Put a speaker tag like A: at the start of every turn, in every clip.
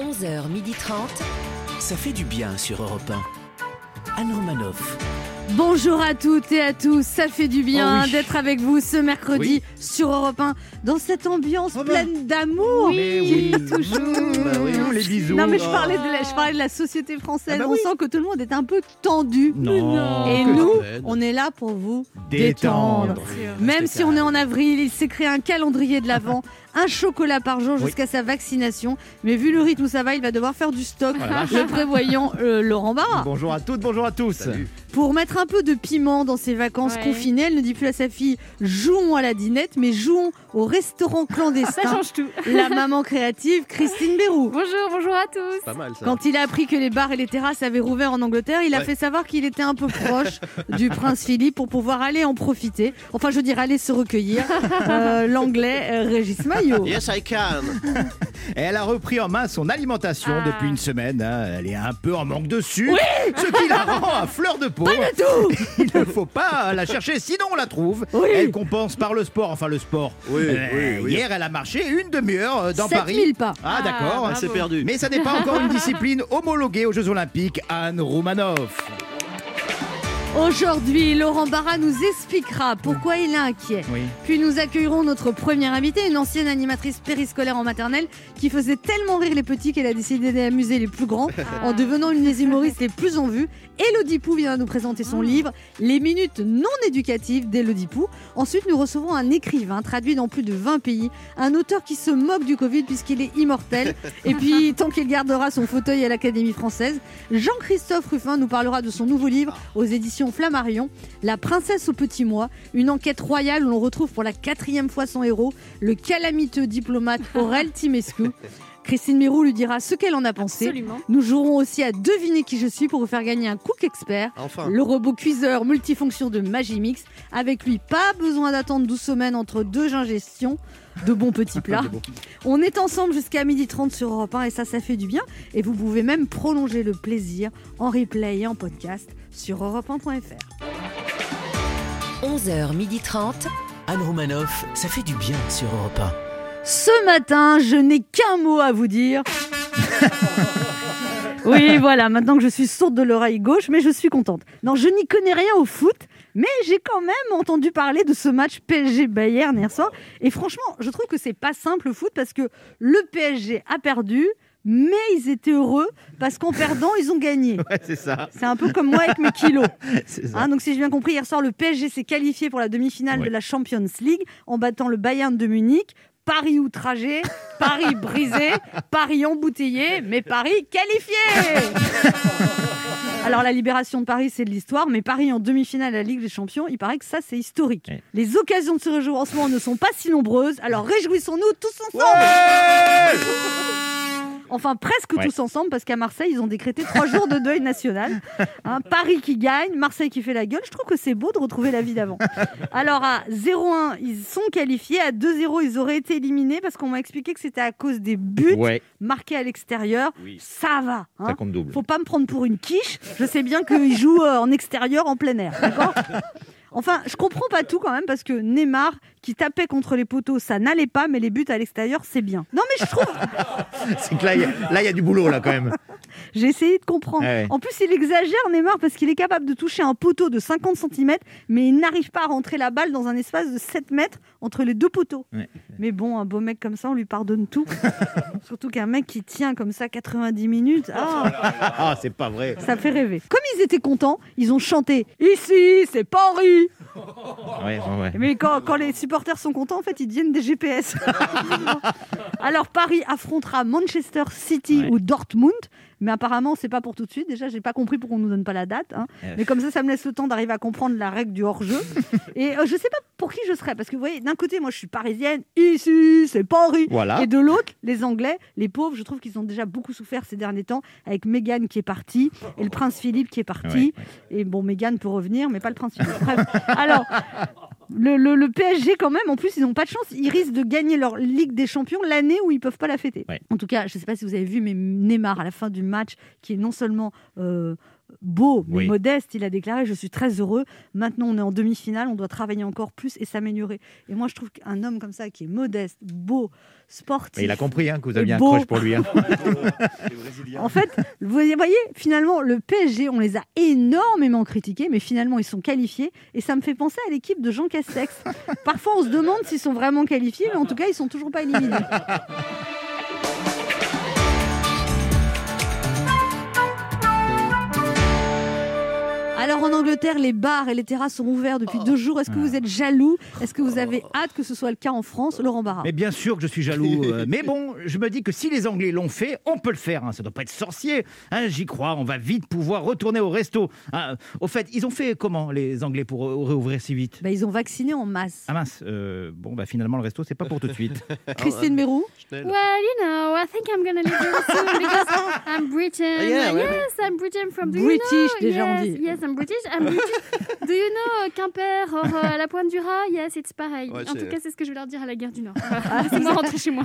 A: 11h30.
B: Ça fait du bien sur Europe 1. Anne Romanoff.
C: Bonjour à toutes et à tous, ça fait du bien
B: Oh oui.
C: d'être avec vous ce mercredi
B: Oui.
C: sur Europe 1 dans cette ambiance
B: Oh ben.
C: pleine d'amour
B: Mais
C: qui
B: oui.
C: nous toujours.
B: Bah oui, les bisous. Oh.
C: Non mais je parlais de la, je parlais de la société française,
B: Ah bah
C: on
B: oui.
C: sent que tout le monde est un peu tendu.
B: Non.
C: Et
B: que
C: nous,
B: c'est.
C: on est là pour vous
B: Détendre.
C: détendre.
B: Oui, restez
C: Même si on est en
B: calme.
C: avril, il s'est créé un calendrier de l'avant, un chocolat par jour
B: Oui.
C: jusqu'à sa vaccination. Mais vu le rythme où ça va, il va devoir faire du
B: Oh
C: stock, le prévoyant euh, Laurent Barra.
D: Bonjour à toutes, bonjour à tous.
C: Pour mettre un peu de piment dans ses vacances
E: Ouais.
C: confinées, elle ne dit plus à sa fille jouons à la dinette, mais jouons au restaurant
E: Ça
C: clandestin.
E: change tout.
C: la maman créative, Christine Bérou.
E: Bonjour, bonjour à tous.
F: Pas mal ça.
C: Quand il a appris que les bars et les terrasses avaient rouvert en Angleterre, il a
F: Ouais.
C: fait savoir qu'il était un peu proche du prince Philippe pour pouvoir aller en profiter. Enfin, je veux dire, aller se recueillir. Euh, L'anglais euh, Régis Ah, Maillot.
F: Yes, I can.
D: Elle a repris en main son alimentation
E: Ah.
D: depuis une semaine. hein. Elle est un peu en manque de sucre, ce qui la rend à fleur de peau. Il ne faut pas la chercher, sinon on la trouve.
C: Oui.
D: Elle compense par le sport, enfin le sport. Euh,
F: Oui, oui, oui.
D: Hier, elle a marché une demi-heure euh, dans Paris.
C: 7000 pas.
D: Ah, d'accord.
E: Ah,
F: C'est
E: Bravo.
F: perdu.
D: Mais ça n'est pas encore une discipline homologuée aux Jeux Olympiques. Anne Roumanoff.
C: Aujourd'hui, Laurent Barra nous expliquera pourquoi il est inquiet.
D: Oui.
C: Puis nous accueillerons notre première invitée, une ancienne animatrice périscolaire en maternelle qui faisait tellement rire les petits qu'elle a décidé d'amuser les plus grands en devenant une des humoristes les plus en vue. Elodie Pou vient nous présenter son livre Les minutes non éducatives d'Elodie Pou. Ensuite, nous recevrons un écrivain traduit dans plus de 20 pays, un auteur qui se moque du Covid puisqu'il est immortel et puis tant qu'il gardera son fauteuil à l'Académie française. Jean-Christophe Ruffin nous parlera de son nouveau livre aux éditions Flammarion, La princesse au petit mois, une enquête royale où l'on retrouve pour la quatrième fois son héros, le calamiteux diplomate Aurel Timescu. Christine Mérou lui dira ce qu'elle en a pensé.
E: Absolument.
C: Nous jouerons aussi à deviner qui je suis pour vous faire gagner un cook expert.
F: Enfin.
C: Le robot cuiseur multifonction de Magimix. Avec lui, pas besoin d'attendre 12 semaines entre deux ingestions de bons petits plats. On est ensemble jusqu'à 12h30 sur Europe 1 et ça, ça fait du bien. Et vous pouvez même prolonger le plaisir en replay et en podcast sur europe1.fr.
A: 11h30.
B: Anne Romanoff, ça fait du bien sur Europe
C: Ce matin, je n'ai qu'un mot à vous dire. Oui, voilà, maintenant que je suis sourde de l'oreille gauche, mais je suis contente. Non, je n'y connais rien au foot, mais j'ai quand même entendu parler de ce match PSG-Bayern hier soir. Et franchement, je trouve que c'est pas simple le foot parce que le PSG a perdu, mais ils étaient heureux parce qu'en perdant, ils ont gagné.
D: Ouais, c'est ça.
C: C'est un peu comme moi avec mes kilos.
D: C'est ça.
C: Hein, donc si j'ai bien compris, hier soir, le PSG s'est qualifié pour la demi-finale
D: Oui.
C: de la Champions League en battant le Bayern de Munich. Paris outragé, Paris brisé, Paris embouteillé, mais Paris qualifié Alors la libération de Paris, c'est de l'histoire, mais Paris en demi-finale à la Ligue des Champions, il paraît que ça, c'est historique.
D: Oui.
C: Les occasions de se réjouir en ce moment ne sont pas si nombreuses, alors réjouissons-nous tous ensemble Enfin, presque
D: Ouais.
C: tous ensemble, parce qu'à Marseille, ils ont décrété trois jours de deuil national. Hein, Paris qui gagne, Marseille qui fait la gueule. Je trouve que c'est beau de retrouver la vie d'avant. Alors, à 0-1, ils sont qualifiés. À 2-0, ils auraient été éliminés parce qu'on m'a expliqué que c'était à cause des buts
D: Ouais,
C: marqués à l'extérieur.
F: Oui.
C: Ça va. hein.
D: ça compte double.
C: Faut pas me prendre pour une quiche. Je sais bien qu'ils jouent euh, en extérieur, en plein air. D'accord Enfin, je comprends pas tout quand même parce que Neymar qui tapait contre les poteaux, ça n'allait pas, mais les buts à l'extérieur, c'est bien. Non, mais je trouve
D: C'est que là, il y a- là, il y a du boulot, là, quand même.
C: J'ai essayé de comprendre.
D: Ah ouais.
C: En plus, il exagère Neymar parce qu'il est capable de toucher un poteau de 50 cm, mais il n'arrive pas à rentrer la balle dans un espace de 7 mètres entre les deux poteaux.
D: Ouais.
C: Mais bon, un beau mec comme ça, on lui pardonne tout. Surtout qu'un mec qui tient comme ça 90 minutes, ah,
D: Ah, c'est pas vrai.
C: ça fait rêver. Comme ils étaient contents, ils ont chanté Ici, c'est pas Henri
D: Ouais, ouais, ouais.
C: mais quand, quand les supporters sont contents, en fait, ils deviennent des GPS. Alors Paris affrontera Manchester City
D: Ouais.
C: ou Dortmund, mais apparemment c'est pas pour tout de suite. Déjà, j'ai pas compris pourquoi on nous donne pas la date. hein.
D: Euh.
C: Mais comme ça, ça me laisse le temps d'arriver à comprendre la règle du hors-jeu. Et euh, je sais pas pour qui je serais, parce que vous voyez, d'un côté, moi, je suis parisienne. Ici, c'est Paris.
D: Voilà.
C: Et de l'autre, les Anglais, les pauvres, je trouve qu'ils ont déjà beaucoup souffert ces derniers temps avec Meghan qui est partie et
D: Oh.
C: le prince Philippe qui est parti. Et bon, Meghan peut revenir, mais pas le prince Philippe. Bref. Alors, le, le- le PSG, quand même, en plus, ils n'ont pas de chance. Ils risquent de gagner leur Ligue des Champions l'année où ils peuvent pas la fêter.
D: Ouais.
C: En tout cas, je ne sais pas si vous avez vu, mais Neymar, à la fin du match, qui est non seulement. euh, beau, mais
D: Oui.
C: modeste. Il a déclaré Je suis très heureux. Maintenant, on est en demi-finale. On doit travailler encore plus et s'améliorer. Et moi, je trouve qu'un homme comme ça, qui est modeste, beau, sportif.
D: Mais il a compris hein, que vous
C: Et
D: aviez un
C: beau.
D: crush pour lui. hein.
C: En fait, vous voyez, finalement, le PSG, on les a énormément critiqués, mais finalement, ils sont qualifiés. Et ça me fait penser à l'équipe de Jean Castex. Parfois, on se demande s'ils sont vraiment qualifiés, mais en tout cas, ils sont toujours pas éliminés. Alors en Angleterre, les bars et les terrasses sont ouverts
D: Oh.
C: depuis deux jours. Est-ce que
D: Ah.
C: vous êtes jaloux Est-ce que vous avez hâte que ce soit le cas en France Laurent Barra.
D: Mais bien sûr que je suis jaloux. euh, mais bon, je me dis que si les Anglais l'ont fait, on peut le faire. hein. Ça doit pas être sorcier. hein, J'y crois. On va vite pouvoir retourner au resto. Ah, au fait, ils ont fait comment les Anglais pour euh, réouvrir si vite
C: Bah, ils ont vacciné en masse.
D: Ah mince. euh, bon, bah finalement le resto, c'est pas pour tout de suite.
C: Christine Mérou
A: Well, you know, I think I'm gonna leave very soon because I'm British.
E: Yeah, well-
A: yes, I'm British from. Do
C: British,
A: you know?
C: déjà, on
A: yes,
C: dit.
A: yes, I'm British. I'm British. do you know uh, Quimper or uh, la Pointe du Rat? Yes, it's pareil.
E: Ouais,
A: en
E: c'est-
A: tout cas, c'est ce que je vais leur dire à la guerre du Nord. Voilà, Laissez-moi rentrer chez moi.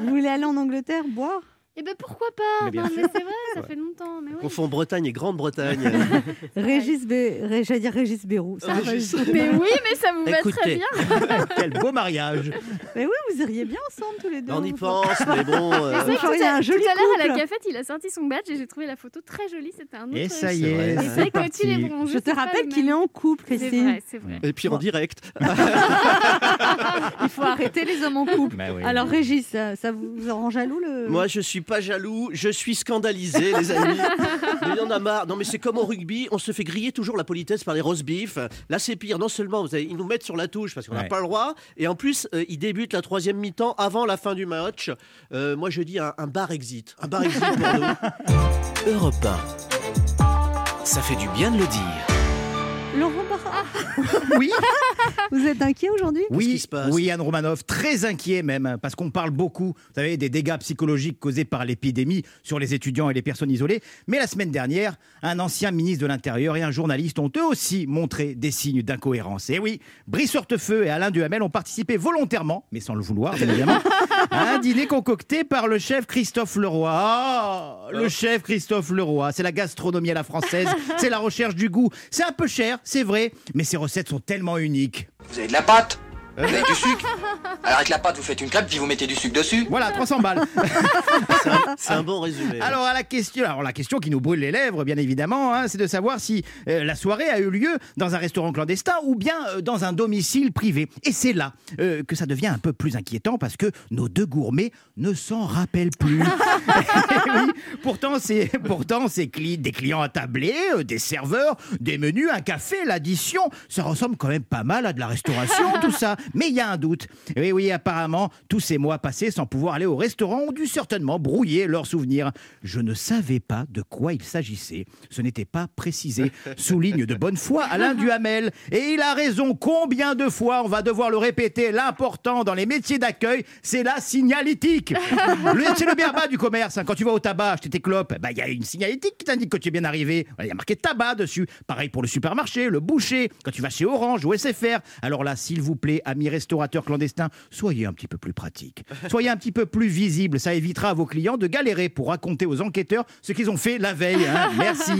C: Vous voulez aller en Angleterre boire
A: Eh ben pourquoi pas
D: Mais bien
A: Non, mais c'est vrai, ça fait longtemps. Mais
E: On
A: oui.
E: confond Bretagne et Grande-Bretagne.
C: Régis, Bé- Ré- j'allais dire Régis Bérou. Ça va pas
E: Régis.
C: du tout.
A: Mais oui, mais ça vous va très
D: Écoutez.
A: bien.
D: Quel beau mariage.
C: Mais oui, vous iriez bien ensemble tous les deux.
E: on y pense, mais bon. euh,
C: Vous
A: Tout à,
C: feriez un
A: tout
C: joli
A: à l'heure, à la
C: couple.
A: cafette, il a sorti son badge et j'ai trouvé la photo très jolie. C'était un autre.
D: Et ça y
E: C'est
D: est,
E: vrai.
A: Et c'est
D: c'est
A: vrai que tu les
D: parti.
A: bronzes,
C: Je te
A: c'est pas
C: rappelle
A: les
C: qu'il est
A: mêmes.
C: en couple,
A: C'est
C: Christine.
A: vrai, c'est vrai.
E: Et puis en direct.
C: Euh, Il faut arrêter les hommes en couple.
D: Bah oui.
C: Alors Régis, ça, ça vous vous en rend jaloux le
E: Moi, je suis pas jaloux, je suis scandalisé, les amis. Mais il y en a marre. Non, mais c'est comme au rugby, on se fait griller toujours la politesse par les roast beef. Là, c'est pire. Non seulement vous avez- ils nous mettent sur la touche parce qu'on n'a
D: Ouais.
E: pas le droit, et en plus, euh, ils débutent la troisième mi-temps avant la fin du match. Euh, moi, je dis un, un bar exit. Un bar exit pour nous.
B: Europe 1. Ça fait du bien de le dire.
C: Laurent Barra,
A: Ah.
D: Oui.
C: vous êtes inquiet aujourd'hui
D: Oui,
E: Qu'est-ce qui se passe
D: oui, Anne Romanoff, très inquiet même, hein, parce qu'on parle beaucoup, vous savez, des dégâts psychologiques causés par l'épidémie sur les étudiants et les personnes isolées. Mais la semaine dernière, un ancien ministre de l'Intérieur et un journaliste ont eux aussi montré des signes d'incohérence. Et oui, Brice Hortefeux et Alain Duhamel ont participé volontairement, mais sans le vouloir, bien évidemment, à un dîner concocté par le chef Christophe Leroy. Ah, le
E: Oh.
D: chef Christophe Leroy, c'est la gastronomie à la française, c'est la recherche du goût. C'est un peu cher, c'est vrai, mais ces recettes sont tellement uniques.
F: Vous avez de la pâte Vous avez du sucre Alors avec la pâte, vous faites une crêpe, puis vous mettez du sucre dessus.
D: Voilà, 300 balles.
E: C'est un bon résumé.
F: Ah,
D: Alors, à la question, alors la question qui nous brûle les lèvres, bien évidemment, hein, c'est de savoir si euh, la soirée a eu lieu dans un restaurant clandestin ou bien euh, dans un domicile privé. Et c'est là euh, que ça devient un peu plus inquiétant parce que nos deux gourmets ne s'en rappellent plus. Eh oui, pourtant, c'est pourtant c'est cli- des clients attablés, euh, des serveurs, des menus, un café, l'addition. Ça ressemble quand même pas mal à de la restauration, tout ça. Mais il y a un doute. Oui, oui, apparemment, tous ces mois passés sans pouvoir aller au restaurant ont dû certainement brouiller leurs souvenirs. Je ne savais pas de quoi il s'agissait. Ce n'était pas précisé. Souligne de bonne foi Alain Duhamel. Et il a raison. Combien de fois on va devoir le répéter L'important dans les métiers d'accueil, c'est la signalétique. Le- C'est le berba du commerce. hein. Quand tu vas au tabac acheter tes clopes, bah, il y a une signalétique qui t'indique que tu es bien arrivé. Voilà, Il y a marqué tabac dessus. Pareil pour le supermarché, le boucher. Quand tu vas chez Orange ou SFR. Alors là, s'il vous plaît, amis restaurateurs clandestins, soyez un petit peu plus pratiques. Soyez un petit peu plus visibles. Ça évitera à vos clients de galérer pour raconter aux enquêteurs ce qu'ils ont fait la veille. hein. Merci.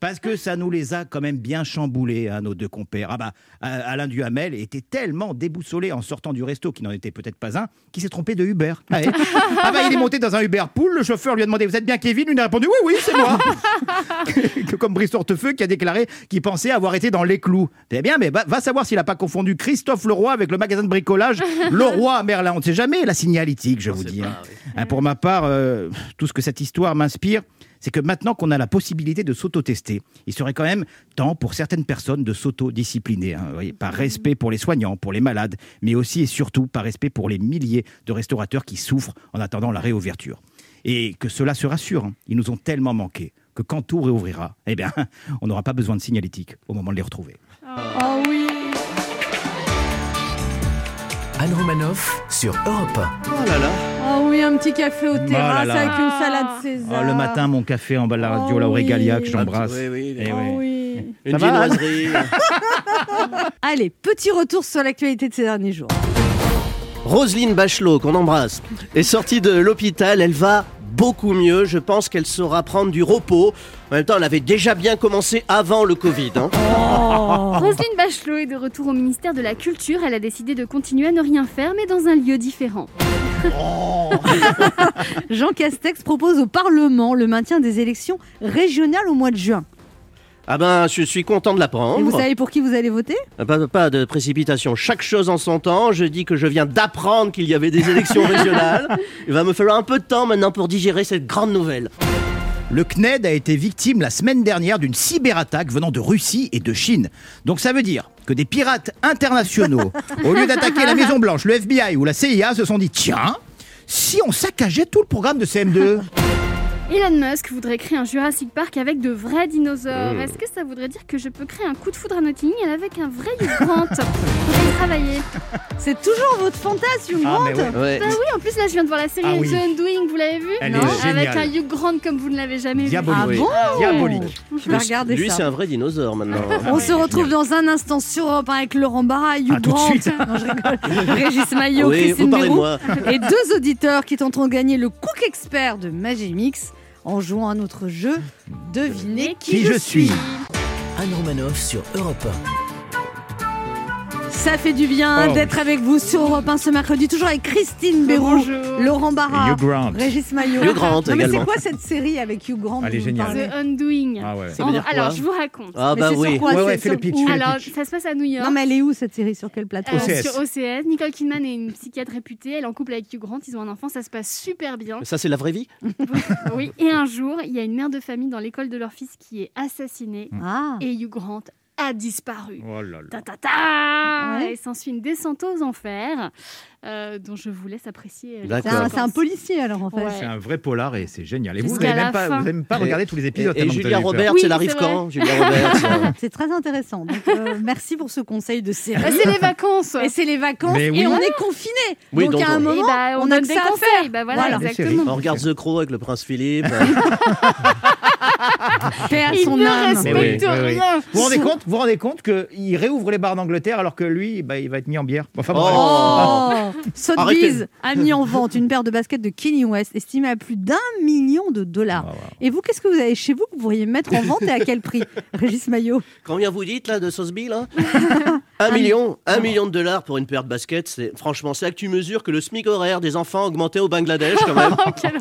D: Parce que ça nous les a quand même bien chamboulés, hein, nos deux compères. Ah bah, euh, Alain Duhamel était tellement déboussolé en sortant du resto, qui n'en était peut-être pas un, qu'il s'est trompé de Uber. Ah, ouais. Ah bah, il est monté dans un Uber Pool, le chauffeur lui a demandé Vous êtes bien Kevin Il a répondu Oui, oui, c'est moi. Que- Comme Brice Hortefeux qui a déclaré qu'il pensait avoir été dans les clous. Eh bien, mais va, va savoir s'il n'a pas confondu Christophe Leroy avec le magasin de bricolage Leroy à Ah, Merlin. On ne sait jamais, la signalétique, je vous
E: C'est
D: dis.
E: pas-
D: hein.
E: oui.
D: Hein, pour ma part, euh, tout ce que cette histoire m'inspire, c'est que maintenant qu'on a la possibilité de s'auto-tester, il serait quand même temps pour certaines personnes de s'auto-discipliner, hein, vous voyez,
E: Mm-hmm.
D: par respect pour les soignants, pour les malades, mais aussi et surtout par respect pour les milliers de restaurateurs qui souffrent en attendant la réouverture. Et que cela se rassure, hein, ils nous ont tellement manqué que quand tout réouvrira, eh bien, on n'aura pas besoin de signalétique au moment de les retrouver.
E: Ah
C: Oh oui.
B: Anne Romanoff sur Europe 1.
E: Oh là là.
C: Oh oui, un petit café au terrasse
D: Oh là là.
C: avec une
A: Ah.
C: salade César.
D: Oh, le matin, mon café en bas de la radio,
C: Oh
D: là, au
C: oui.
D: Régalia, que j'embrasse.
E: Oui, oui.
D: Eh
C: Oh
D: oui.
C: oui.
E: Une
D: va, Anne
E: viennoiserie.
C: Allez, petit retour sur l'actualité de ces derniers jours.
E: Roselyne Bachelot, qu'on embrasse, est sortie de l'hôpital. Elle va beaucoup mieux. Je pense qu'elle saura prendre du repos. En même temps, elle avait déjà bien commencé avant le Covid. hein.
D: Oh.
C: Oh.
A: Roselyne Bachelot est de retour au ministère de la Culture. Elle a décidé de continuer à ne rien faire, mais dans un lieu différent.
C: Jean Castex propose au Parlement le maintien des élections régionales au mois de juin.
E: Ah ben, je suis content de
C: Et
E: l'apprendre.
C: vous savez pour qui vous allez voter
E: Pas, pas de précipitation, chaque chose en son temps. Je dis que je viens d'apprendre qu'il y avait des élections régionales. Il va me falloir un peu de temps maintenant pour digérer cette grande nouvelle.
D: Le CNED a été victime la semaine dernière d'une cyberattaque venant de Russie et de Chine. Donc ça veut dire que des pirates internationaux, au lieu d'attaquer la Maison Blanche, le FBI ou la CIA, se sont dit tiens, si on saccageait tout le programme de CM2
A: Elon Musk voudrait créer un Jurassic Park avec de vrais
D: Euh.
A: dinosaures. Est-ce que ça voudrait dire que je peux créer un coup de foudre à Nottingham avec un vrai Hugh Grant On va y travailler.
C: C'est toujours votre fantasme, Hugh
D: Ah,
C: Grant
D: mais ouais.
E: Ouais.
A: Bah oui, en plus là je viens de voir la série
D: Ah oui.
A: The Undoing, vous l'avez vu
D: Elle
C: est
A: Avec
D: géniale.
A: un Hugh Grant comme vous ne l'avez jamais vu.
C: Ah
D: Diabolique.
C: bon
D: Diabolique.
C: Je vais regarder
E: Lui, c'est
C: ça.
E: un vrai dinosaure maintenant.
C: On se retrouve dans un instant sur Europe 1 avec Laurent Barra, Hugh
D: Ah, tout de
C: Grant,
D: suite.
C: Non, je rigole. Régis Maillot,
E: oui, vous
C: Christine
E: parlez de
C: Bérou.
E: moi.
C: et deux auditeurs qui tenteront de gagner le Cook Expert de Magimix en jouant à notre jeu Devinez qui,
D: Qui je suis
B: Anne Romanoff sur Europe
C: Ça fait du bien
D: Oh.
C: d'être avec vous sur Europe 1 ce mercredi, toujours avec Christine Béroux, Laurent
D: Et
C: Barra,
D: Hugh Grant.
C: Régis Maillot.
E: Hugh Grant
C: Non, mais c'est
E: également.
C: quoi cette série avec Hugh Grant
D: Elle
C: dont
D: est
C: vous
D: géniale.
C: parlez
A: The Undoing. Oh,
D: Ah ouais.
E: Ça veut dire quoi
A: Alors je vous raconte.
E: Ah
C: Mais
E: bah
C: c'est sur
E: oui.
C: quoi
D: Ouais, ouais,
C: c'est
D: fais le
C: sur
D: pitch,
C: où
D: fais le
A: Alors
D: pitch.
A: ça se passe à New York.
C: Non mais elle est où cette série Sur quel plateau
A: Euh,
D: OCS.
A: Sur OCS, Nicole Kidman est une psychiatre réputée, elle est en couple avec Hugh Grant, ils ont un enfant, ça se passe super bien.
E: Mais Ça, c'est la vraie vie
A: Oui, et un jour, il y a une mère de famille dans l'école de leur fils qui est assassinée
C: Ah
A: et Hugh Grant a disparu.
D: Mm. Oh là là.
A: Ta ta ta
C: Ouais.
A: Et s'ensuit une descente aux enfers, euh, dont je vous laisse apprécier. euh, les
C: c'est
E: D'accord.
C: un,
A: conséquences.
C: c'est un policier alors en fait.
A: Ouais.
D: C'est un vrai polar et c'est génial. Et vous, vous
A: Jusqu'à
D: n'avez
A: la
D: même, pas-
A: fin.
D: vous avez même pas
E: Et-
D: regardé tous les
E: Et,
D: épisodes.
E: et
D: tellement vous
E: Julia
D: avez eu peur.
E: Roberts,
A: Oui,
E: elle arrive
A: c'est vrai.
E: quand Julia Roberts. euh,
C: C'est très intéressant. Donc, euh, merci pour ce conseil de série.
A: Bah, c'est les vacances
C: Et c'est les vacances
D: Mais
C: et
D: oui.
C: on est confinés.
E: Oui,
C: donc,
E: donc,
C: à un
E: on-
A: Et
C: moment,
A: bah, on,
C: on a
A: donne
C: que
A: des
C: ça à
A: conseils.
C: faire.
A: Bah, voilà,
C: Voilà.
D: Les
A: exactement.
D: séries.
E: On regarde The Crow avec le prince Philippe.
C: paix à
A: Il
C: son
A: ne
C: âme.
A: respecte
D: Mais oui, oui, oui.
A: rien.
D: Vous vous rendez compte Vous vous rendez compte qu'il réouvre les bars d'Angleterre alors que lui, bah, il va être mis en bière. Enfin, bref.
C: Oh Sotheby's
E: Arrêtez.
C: a mis en vente une paire de baskets de Kenny West estimée à plus d'un million de dollars.
D: Ah, ouais.
C: Et vous, qu'est-ce que vous avez chez vous que vous pourriez mettre en vente et à quel prix Régis Maillot
E: Combien vous dites là de Sosby là Un million, un million de dollars pour une paire de baskets. C'est franchement, c'est là que tu mesures que le SMIC horaire des enfants a augmenté au Bangladesh quand même.
C: Oh,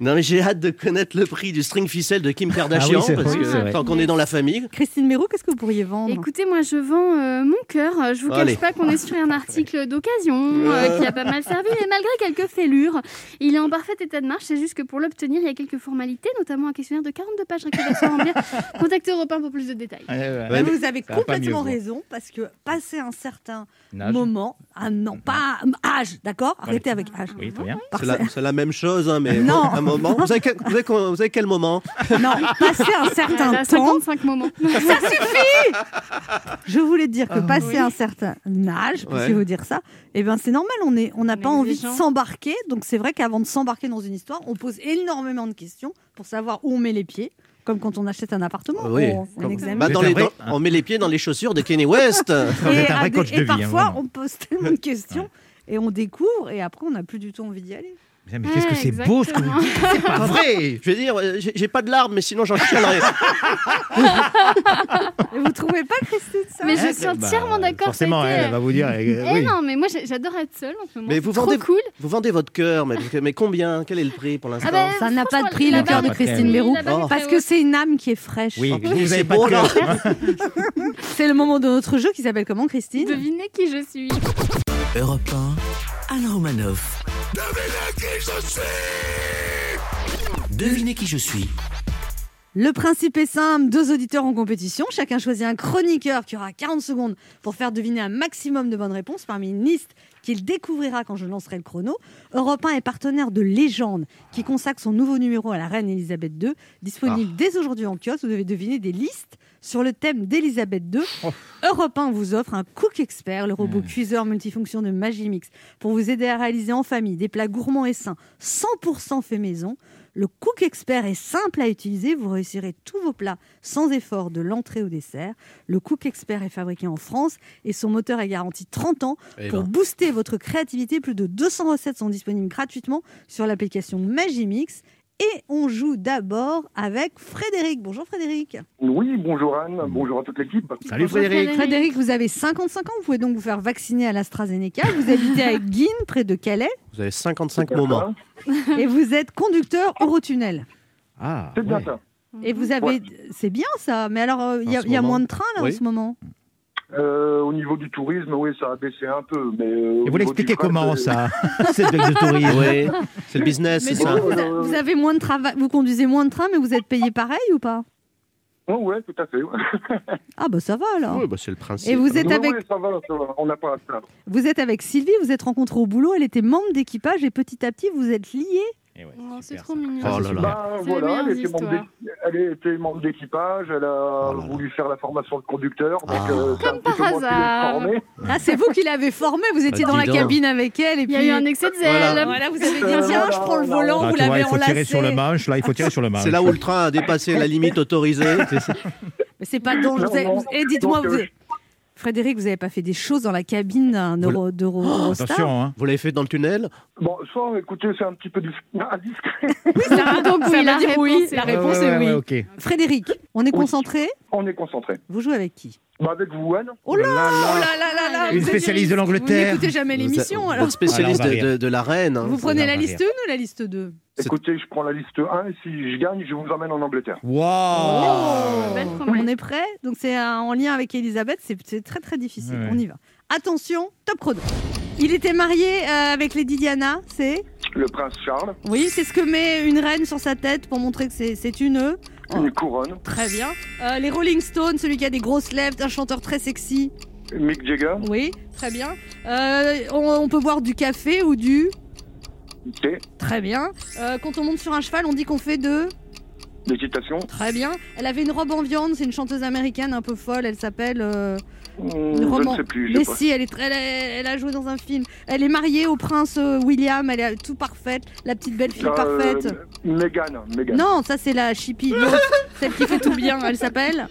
E: non mais j'ai hâte de connaître le prix du string ficelle de Kim
C: Ah
E: Kardashian
D: c'est
E: parce
D: vrai, c'est
E: que
D: vrai.
E: tant qu'on est dans la famille.
C: Christine Méraud, qu'est-ce que vous pourriez vendre
A: Écoutez, moi je vends euh, mon cœur. Je vous cache
E: Allez.
A: pas qu'on est sur un article d'occasion euh, qui a pas mal servi, mais malgré quelques fêlures, il est en parfait état de marche. C'est juste que pour l'obtenir, il y a quelques formalités, notamment un questionnaire de 42 pages récupération à remplir. Contactez Europe 1 pour plus de détails.
D: Eh Ouais, ouais.
C: Mais
E: Ouais,
C: Vous avez
D: ça va pas
C: complètement
D: mieux, vous.
C: raison parce que passer un certain
D: Nage.
C: moment, un an, pas âge, d'accord Arrêtez avec âge.
D: Oui, très bien.
E: C'est la, c'est la même chose, hein, mais
C: Non.
E: un moment. Vous savez, quel, vous savez quoi- vous savez quel moment
C: Non, passer un certain
A: Voilà,
C: temps,
A: 55 moments.
C: ça suffit Je voulais dire
D: Ah
C: que passer
A: oui.
C: un certain âge,
E: Ouais.
C: si vous dire ça, eh ben c'est normal, on est- on n'a
A: On
C: pas
A: est
C: envie de
A: exigeant.
C: s'embarquer. Donc c'est vrai qu'avant de s'embarquer dans une histoire, on pose énormément de questions pour savoir où on met les pieds, comme quand on achète un appartement.
E: Oui,
C: on, on
E: comme-
C: examine.
E: Bah, dans
D: C'est
E: les-
D: vrai.
E: dans- On met les pieds dans les chaussures de Kenny West.
D: Vous êtes un vrai
C: à des-
D: coach de
C: et
D: vie, hein,
C: parfois,
D: vraiment.
C: on pose tellement de questions et on découvre, et après, on n'a plus du tout envie d'y aller.
D: Mais qu'est-ce
C: Mmh,
D: que
A: Ouais,
D: c'est beau ce que vous
A: exactement.
D: dites C'est pas vrai
E: Je veux dire, euh, j'ai j'ai pas de larmes, mais sinon j'en chialerai.
C: Et vous trouvez pas, Christine, ça
A: Mais je
D: Eh,
A: suis
D: bah,
A: entièrement d'accord.
D: Forcément,
A: ça a été-
D: elle va vous dire. euh,
A: Eh
D: oui.
A: non, mais moi j'ai- j'adore être seule en ce moment.
E: Mais vous
A: C'est trop
E: vendez-
A: cool.
E: Vous vendez votre cœur, mais, mais combien Quel est le prix pour l'instant
A: Ah bah,
C: Ça n'a pas
A: franchement,
C: de prix,
A: la
C: le
A: barre
C: cœur de
A: est très
C: Christine
A: haute.
C: Béroux.
A: La barre est
C: Parce
A: très
C: que
A: haute.
C: c'est une âme qui est fraîche.
D: Oui,
E: plus,
D: vous
E: c'est
D: avez pas
E: beau,
D: de cœur. Hein?
C: C'est le moment de notre jeu qui s'appelle comment, Christine
A: Devinez qui je suis.
B: 1. Europe 1, Anne Romanoff. Devinez qui je suis
C: Le principe est simple, deux auditeurs en compétition, chacun choisit un chroniqueur qui aura 40 secondes pour faire deviner un maximum de bonnes réponses parmi une liste qu'il découvrira quand je lancerai le chrono. Europe 1 est partenaire de Légende qui consacre son nouveau numéro à la reine Elisabeth II, disponible dès aujourd'hui en kiosque. Vous devez deviner des listes sur le thème d'Elisabeth II. Europe 1 vous offre un Cook Expert, le robot cuiseur multifonction de Magimix, pour vous aider à réaliser en famille des plats gourmands et sains 100% fait maison. Le Cook Expert est simple à utiliser. Vous réussirez tous vos plats sans effort de l'entrée au dessert. Le Cook Expert est fabriqué en France et son moteur est garanti 30 ans.
E: Eh
C: pour
E: ben.
C: booster votre créativité, plus de 200 recettes sont disponibles gratuitement sur l'application Magimix. Et on joue d'abord avec Frédéric. Bonjour Frédéric.
G: Oui, bonjour Anne, bonjour à toute l'équipe.
D: Salut
A: Bonjour,
D: Frédéric.
A: Frédéric.
C: Frédéric, vous avez 55 ans, vous pouvez donc vous faire vacciner à l'AstraZeneca. Vous habitez à Guine, près de Calais,
E: Vous avez 55 moments.
C: et vous êtes conducteur Eurotunnel.
D: Ah,
G: C'est bien
D: ouais.
G: ça.
C: Et vous avez.
G: Ouais.
C: C'est bien ça, mais alors euh, il y,
E: En
C: a-
E: ce
C: il y a
E: moment.
C: moins de trains là en
E: Oui.
C: ce moment.
G: Euh, au niveau du tourisme, oui, ça a baissé un peu. Mais, euh, au
D: Et vous
G: niveau
D: l'expliquez
G: du fret,
D: comment
G: euh,
D: ça Cette blague de tourisme.
E: Oui, c'est le business,
C: Mais
E: c'est
C: du coup,
E: ça.
G: ça.
C: vous, a- vous avez moins de travail, vous conduisez moins de trains, mais vous êtes payé pareil ou pas
G: Oui, Oh, ouais, tout à fait. ouais.
C: Ah bah ça va alors.
E: Oui, bah, c'est le principe.
C: Et vous êtes
G: Ouais,
C: avec,
G: ouais, ça va, ça va, on n'a pas à se plaindre.
C: vous êtes avec Sylvie, vous êtes rencontrés au boulot, elle était membre d'équipage et petit à petit vous êtes liés.
D: Eh ouais,
A: Oh, c'est
D: super,
A: trop
D: ça.
A: mignon.
E: Oh là là.
G: Bah,
A: C'est les
G: voilà, elle
A: meilleures
G: était, membre
A: histoires.
G: d'équi- elle était membre d'équipage, elle a
E: Oh là là.
G: voulu faire la formation de conducteur. Donc,
E: Ah.
G: euh, c'est un
A: Comme
G: petit peu
A: par
G: moi qui l'ai
A: hasard.
G: formée.
C: Ah c'est vous qui l'avez formée, vous étiez
E: Bah,
C: dans la
E: dis donc.
C: cabine avec elle et
A: Il
C: puis
A: y a eu un excès de zèle.
E: Voilà.
C: Voilà, vous avez dit
G: Euh,
C: tiens, je prends le volant,
D: Ah,
C: vous
D: tu vois,
C: l'avez
D: il faut tirer
C: enlacé.
D: sur le manche, là, il faut tirer sur le manche.
E: C'est là où le train a dépassé la limite autorisée.
C: Mais c'est pas dangereux.
G: Non,
C: Vous avez-
G: non.
C: vous- Et dites-moi,
G: Donc,
C: vous
G: euh,
C: avez- Frédéric, vous avez pas fait des choses dans la cabine d'un
E: Vous-
C: euro, d'Euro- Eurostar
D: Oh Attention, hein.
E: Vous l'avez fait dans le tunnel
G: Bon, ça, écoutez, c'est un petit peu dif- indiscret.
A: Ça- Donc
C: Ça
A: oui,
C: veut
A: la
C: dire
A: réponse
C: oui,
A: est
C: la
A: oui.
C: réponse
D: Ouais,
C: est
D: ouais,
C: oui.
D: ouais, ok.
C: Frédéric, on est concentré.
G: on est concentré.
C: Vous jouez avec qui
G: Bah, avec vous, Anne
C: Oh là
D: Là, là.
C: Oh là là là là
A: Une
C: vous êtes-
D: spécialiste de l'Angleterre.
C: Vous
D: Ah,
C: n'écoutez jamais l'émission
E: Vous êtes-
C: alors.
E: Vous êtes spécialiste
D: Alors, on va
E: de, de- de la reine. hein.
C: Vous prenez
D: ça
C: la
D: va
C: liste 1 ou la liste 2
E: C'est-
G: Écoutez, je prends la liste 1 et si je gagne, je vous emmène en Angleterre.
C: Oh.
D: Wow
A: Belle promesse.
C: On est prêt Donc c'est un- en lien avec Elisabeth, c'est c'est très très difficile.
D: Ouais.
C: On y va. Attention, top chrono. Il était marié euh, avec Lady Diana, c'est
G: Le prince Charles,
C: Oui, c'est ce que met une reine sur sa tête pour montrer que c'est- c'est une œuf. Oh.
G: une couronne,
C: Très bien. Euh, les Rolling Stones, celui qui a des grosses lèvres, un chanteur très sexy.
G: Mick Jagger,
C: Oui, très bien. Euh, on, on peut boire du café ou du.
G: thé,
C: Très bien. Euh, quand on monte sur un cheval, on dit qu'on fait de.
G: l'équitation.
C: Très bien. Elle avait une robe en viande, c'est une chanteuse américaine un peu folle, elle s'appelle. euh,
G: Hmm, Je
C: roman.
G: ne sais plus, je
C: Mais
G: sais pas.
C: si, elle, est très, elle, a- elle a joué dans un film. Elle est mariée au prince euh, William, elle est tout parfaite, la petite belle fille
G: Euh,
C: parfaite.
G: Mégane, Mégane.
C: Non, ça c'est la chippie, l'autre, celle qui fait tout bien, elle s'appelle.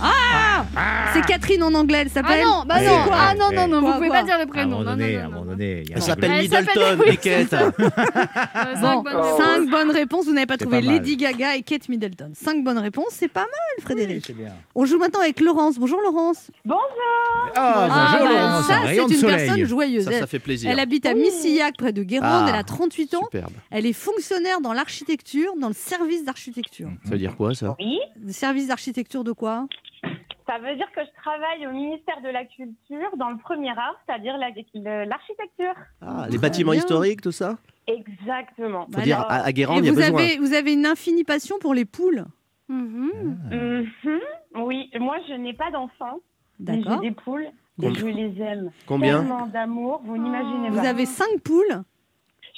C: Ah C'est Catherine en anglais, elle
A: Ah
C: s'appelle.
A: non, bah
D: Eh,
A: non,
D: eh,
A: ah non, non, non,
C: quoi,
A: vous pouvez
C: quoi
A: pas dire le
D: À un
A: prénom.
D: moment
A: non, non,
D: donné, à
A: non,
D: un
A: non,
D: moment
A: non.
D: donné, il y a
E: Elle
D: un
E: s'appelle
A: Elle s'appelle-
E: Middleton,
A: oui,
E: Beckett.
A: Euh,
C: Bon.
A: cinq bonnes
G: Oh.
A: réponses.
C: Cinq bonnes réponses, vous n'avez pas
D: C'est
C: trouvé
D: pas mal.
C: Lady Gaga et Kate Middleton. Cinq bonnes réponses, c'est pas mal,
D: anglais.
C: Frédéric.
D: C'est bien.
C: On joue maintenant avec Laurence. Bonjour Laurence.
D: Ah, bonjour,
C: bah,
D: Laurence,
C: ça
D: un
C: c'est
D: rayon de
C: une
D: soleil.
C: personne joyeuse.
E: Ça,
C: Elle-
E: ça fait plaisir.
C: Elle habite à Missillac, près de Guérande.
E: Ah.
C: Elle a 38 ans.
E: Superbe.
C: Elle est fonctionnaire dans l'architecture, dans le service d'architecture.
E: Ça veut dire quoi, ça
H: Oui,
C: Le service d'architecture de quoi
H: ça veut dire que je travaille au ministère de la Culture dans le premier art, c'est-à-dire la- le- l'architecture.
E: Ah,
C: Très
E: Les bâtiments
C: bien.
E: historiques, tout ça
H: Exactement.
E: Faut dire, à, à Guérande, il y
C: Et
E: a
C: vous
E: besoin.
C: avez, vous avez une infinie passion pour les poules.
A: Mhm.
E: Ah.
H: Mhm. Oui, moi je n'ai pas d'enfants, mais j'ai
C: D'accord.
H: des poules
E: Combien
H: et je les aime.
E: Combien
H: Tellement d'amour, vous n'imaginez
C: Ah. Vous
H: pas.
C: avez cinq poules.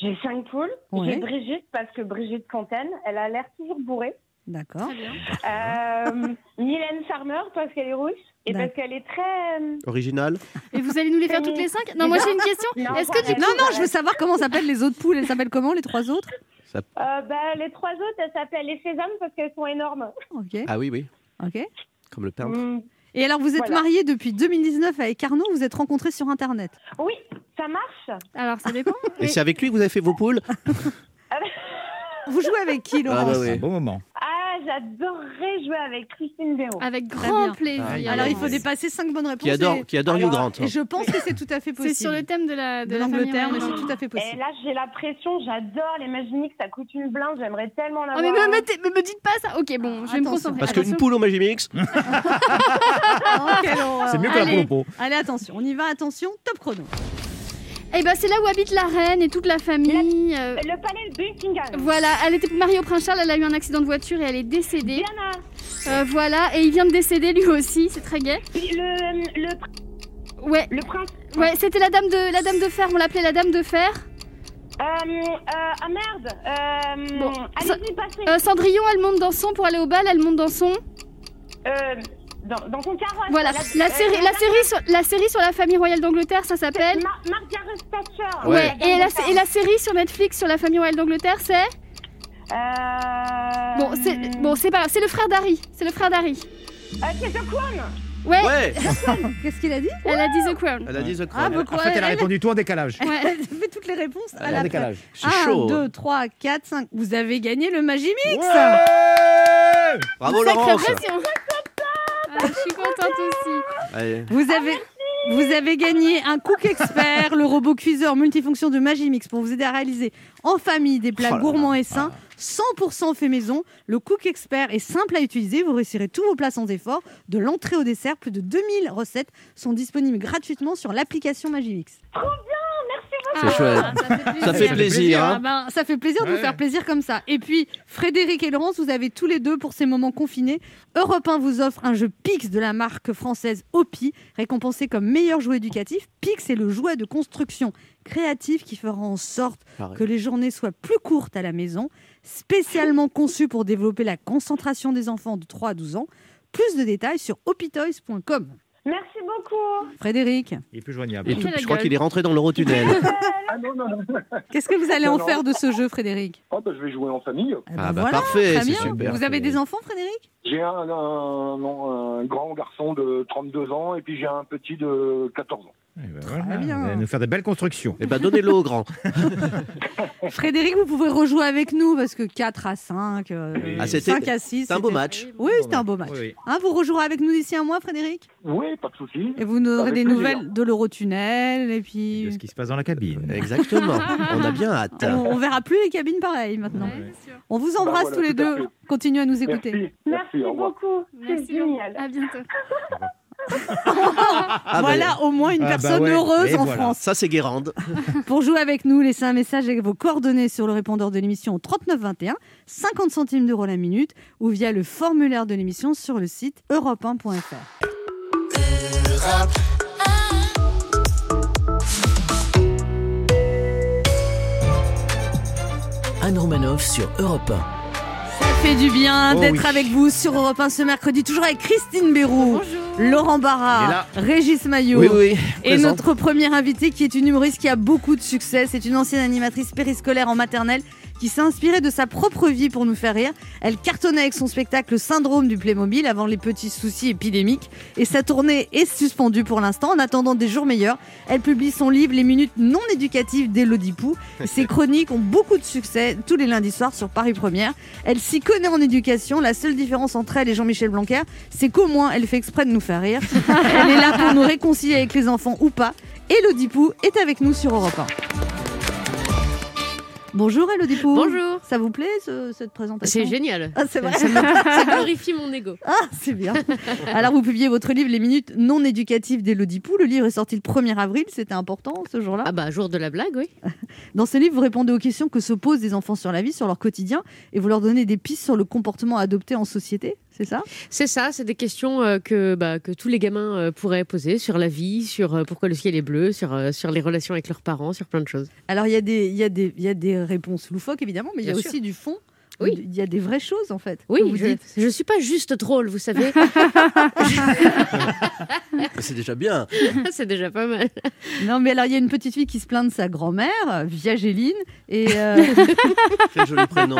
H: J'ai cinq poules.
C: Ouais.
H: J'ai Brigitte parce que Brigitte Fontaine, elle a l'air toujours bourrée.
C: D'accord.
H: Euh, Mylène Farmer parce qu'elle est russe et
C: D'accord.
H: parce qu'elle est très. euh,
E: Original
A: Et vous allez nous les faire toutes les cinq Non, moi j'ai une question.
H: Non,
A: Est-ce que
H: j'arrête.
A: du
C: Non, non, je veux savoir comment s'appellent les autres poules. Elles s'appellent comment, les trois autres
H: euh, bah, les trois autres, elles s'appellent les sésames parce qu'elles sont énormes.
C: Ok.
E: Ah oui, oui.
C: Ok.
E: Comme le peintre.
H: Mm.
C: Et alors, vous êtes
H: Voilà.
C: marié depuis 2019 avec Arnaud, vous êtes rencontrés sur Internet.
H: Oui, ça marche.
A: Alors ça dépend.
E: Et c'est avec lui que vous avez fait vos poules
C: Ah, Vous jouez avec qui, Laurence
E: Ah bah
D: C'est
E: oui.
D: un bon moment.
H: Ah, j'adorerais jouer avec Christine Béraud.
A: Avec
C: bien.
A: grand
E: Ah,
A: plaisir.
C: Alors, il faut
E: Oui.
C: dépasser cinq bonnes réponses.
E: qui adore,
C: et-
E: qui adore Hugh Grant. hein.
C: Et je pense que c'est tout à fait possible.
A: C'est sur le thème de la
C: de
A: de la famille
C: l'Angleterre, mais
A: royale.
C: c'est tout à fait
H: Et
C: possible.
H: là, j'ai la pression, j'adore les Maginiques, ça coûte une blinde, j'aimerais tellement en
A: Oh
H: avoir.
A: mais
H: un.
A: me, mettez- me- me dites pas ça. Ok bon, je vais me
C: Attention.
A: concentrer.
E: Parce qu'une
A: Attention.
E: poule au Magimix,
A: Ah,
C: Oh, quelle horreur.
D: C'est mieux que la
C: Allez,
D: poule au pot.
C: Allez, attention, on y va, attention, top chrono.
A: Eh ben c'est là où habite la reine et toute la famille. euh,
H: Le palais de Buckingham.
A: Voilà, elle était mariée au prince Charles, elle a eu un accident de voiture et elle est décédée.
H: Diana,
A: Euh, voilà, et il vient de décéder lui aussi, c'est très gai.
H: le, le, pr-
A: Ouais,
H: le prince.
A: ouais, c'était la dame de la dame de fer, on l'appelait la dame de fer.
H: Euh, euh, ah merde. Euh,
A: Bon,
H: Allez-y, passez.
A: Euh, Cendrillon, elle monte dans son pour aller au bal, elle monte dans son.
H: Euh, dans, dans ton carotte.
A: Voilà, la
H: euh,
A: série, la série sur la série sur la famille royale d'Angleterre, ça s'appelle.
H: Mar- Margaret Thatcher.
E: Ouais.
A: Et la, et la série sur Netflix sur la famille royale d'Angleterre, c'est
H: Euh...
A: Bon, c'est bon, c'est pas grave. C'est le frère d'Harry. C'est le frère d'Harry.
H: Euh, c'est The Crown
A: Ouais,
E: Ouais,
C: Qu'est-ce qu'il a dit
A: elle a dit The Crown.
E: elle a dit The
C: Ah,
E: Crown.
C: beaucoup.
D: En fait, elle a
C: elle,
D: répondu tout en décalage.
A: Ouais.
C: elle fait toutes les réponses à
D: En
C: la fois.
D: décalage.
E: C'est
C: 1,
E: chaud.
C: 2, 3, 4, 5. Vous avez gagné le Magimix
D: Ouais
E: Bravo
A: Sacrée
E: Laurence.
A: pression. Ah, je suis contente aussi.
E: Allez.
C: Vous avez, vous avez gagné un cook expert, le robot cuiseur multifonction de Magimix pour vous aider à réaliser en famille des plats
E: Oh là
C: gourmands et sains, 100% fait maison. Le cook expert est simple à utiliser, vous réussirez tous vos plats sans effort, de l'entrée au dessert. Plus de 2000 recettes sont disponibles gratuitement sur l'application Magimix.
E: C'est chouette. Ah, Ça fait plaisir,
C: Ah
E: hein.
C: ben, ça fait plaisir de vous
D: Ouais.
C: faire plaisir comme ça. Et puis, Frédéric et Laurence, vous avez tous les deux, pour ces moments confinés, Europe 1 vous offre un jeu Pix de la marque française Opi, récompensé comme meilleur jouet éducatif. Pix est le jouet de construction créative qui fera en sorte
E: Pareil.
C: que les journées soient plus courtes à la maison, spécialement conçu pour développer la concentration des enfants de 3 à 12 ans. Plus de détails sur opitoys.com.
H: Merci beaucoup.
C: Frédéric,
D: Il est plus joignable.
E: Et tout- je crois qu'il est rentré dans l'eurotunnel.
G: Ah non, non, non.
C: qu'est-ce que vous allez en
G: Alors-
C: faire de ce jeu, Frédéric
G: Oh, bah, je vais jouer en famille.
E: Ah bah parfait,
C: Eh ben très
E: c'est
C: bien.
E: super.
C: Vous avez des enfants, Frédéric
G: J'ai un, un- non, un grand garçon de 32 ans et puis j'ai un petit de 14 ans.
D: Eh ben voilà,
C: bien.
D: Vous allez nous faire de belles constructions.
E: Eh ben donnez-le au grand.
C: Frédéric, vous pouvez rejouer avec nous parce que 4 à 5, euh,
D: Oui.
E: Ah, c'était-
C: 5 à 6.
E: C'est un beau match.
C: Oui, c'était un beau match.
D: Oui, oui.
C: Hein, vous rejouerez avec nous d'ici un mois, Frédéric
G: Oui, pas de souci.
C: Et vous nous aurez
G: Avec
C: des
G: plaisir.
C: nouvelles de l'Eurotunnel et
D: De
C: puis.
D: ce qui se passe dans la cabine.
E: Exactement. On a bien hâte.
C: On, on verra plus les cabines pareilles maintenant.
A: Ouais, c'est sûr.
C: On vous
G: Bah
C: embrasse
G: voilà,
C: tous les
G: tout à
C: deux. Continuez à nous écouter.
G: Merci,
H: Merci,
G: merci, au revoir.
H: beaucoup. C'est
A: Merci.
H: génial.
A: À bientôt.
E: Ah ben,
C: voilà au moins une
D: Ah bah
C: personne
D: ouais,
C: heureuse
D: et
C: en
D: voilà.
C: France.
E: Ça c'est Guérande.
C: Pour jouer avec nous, laissez un message avec vos coordonnées sur le répondeur de l'émission au 3921, 50 centimes d'euros la minute ou via le formulaire de l'émission sur le site europe 1.fr.
B: Anne Romanoff sur Europe 1.
C: Ça fait du bien
D: Oh
C: d'être
D: oui.
C: avec vous sur Europe 1 ce mercredi, toujours avec Christine Béroux, Laurent
D: Il est
C: Barra,
D: là.
C: Régis Maillot.
E: Oui oui.
C: Et
E: présent.
C: notre première invitée, qui est une humoriste qui a beaucoup de succès, c'est une ancienne animatrice périscolaire en maternelle qui s'est inspirée de sa propre vie pour nous faire rire. Elle cartonnait avec son spectacle Syndrome du Playmobil avant les petits soucis épidémiques. Et sa tournée est suspendue pour l'instant en attendant des jours meilleurs. Elle publie son livre Les Minutes Non Éducatives d'Elodie Pou. Ses chroniques ont beaucoup de succès tous les lundis soirs sur Paris Première. Elle s'y connaît en éducation. La seule différence entre elle et Jean-Michel Blanquer, c'est qu'au moins elle fait exprès de nous faire rire. Elle est là pour nous réconcilier avec les enfants ou pas. Elodie Pou est avec nous sur Europe 1. Bonjour Elodie Pou.
I: Bonjour.
C: Ça vous plaît ce- cette présentation
I: C'est génial.
C: Ah, c'est vrai.
I: Ça, me- ça glorifie mon ego.
C: Ah, c'est bien. Alors, vous publiez votre livre Les minutes non éducatives d'Elodie Pou. Le livre est sorti le 1er avril. C'était important ce jour-là.
I: Ah bah jour de la blague, oui.
C: Dans ce livre, vous répondez aux questions que se posent des enfants sur la vie, sur leur quotidien, et vous leur donnez des pistes sur le comportement adopté en société. C'est ça
I: C'est ça, c'est des questions euh, que, bah, que tous les gamins euh, pourraient poser sur la vie, sur euh, pourquoi le ciel est bleu, sur, euh, sur les relations avec leurs parents, sur plein de choses.
C: Alors, il y, a des- il y, a des- il y a des réponses loufoques, évidemment, mais il y a
I: Bien
C: aussi du fond.
I: Oui.
C: Il y a des vraies choses, en fait. que
I: Oui,
C: vous
I: je,
C: dites.
I: je suis pas juste drôle, vous savez.
E: C'est déjà bien.
I: c'est déjà pas mal.
C: Non, mais alors, il y a une petite fille qui se plaint de sa grand-mère, Viagéline, et euh,
E: Quel joli prénom.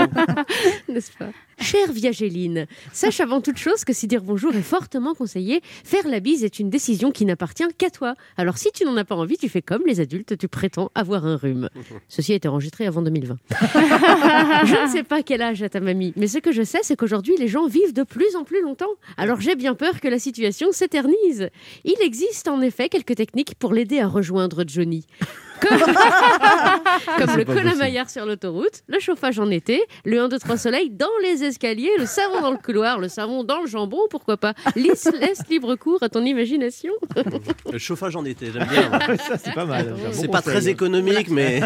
I: N'est-ce pas Chère Viagéline, sache avant toute chose que si dire bonjour est fortement conseillé, faire la bise est une décision qui n'appartient qu'à toi. Alors si tu n'en as pas envie, tu fais comme les adultes, tu prétends avoir un rhume. Ceci a été enregistré avant 2020. je ne sais pas quel âge a ta mamie, mais ce que je sais, c'est qu'aujourd'hui, les gens vivent de plus en plus longtemps. Alors j'ai bien peur que la situation s'éternise. Il existe en effet quelques techniques pour l'aider à rejoindre Johnny. Comme, comme le colamaillard sur l'autoroute, le chauffage en été, le 1, 2, 3 soleil dans les escaliers, le savon dans le couloir, le savon dans le jambon, pourquoi pas. Lisse laisse libre cours à ton imagination.
E: Le chauffage en été, j'aime bien.
D: Ça, c'est pas mal. un bon
E: C'est pas
D: conseil.
E: très économique, mais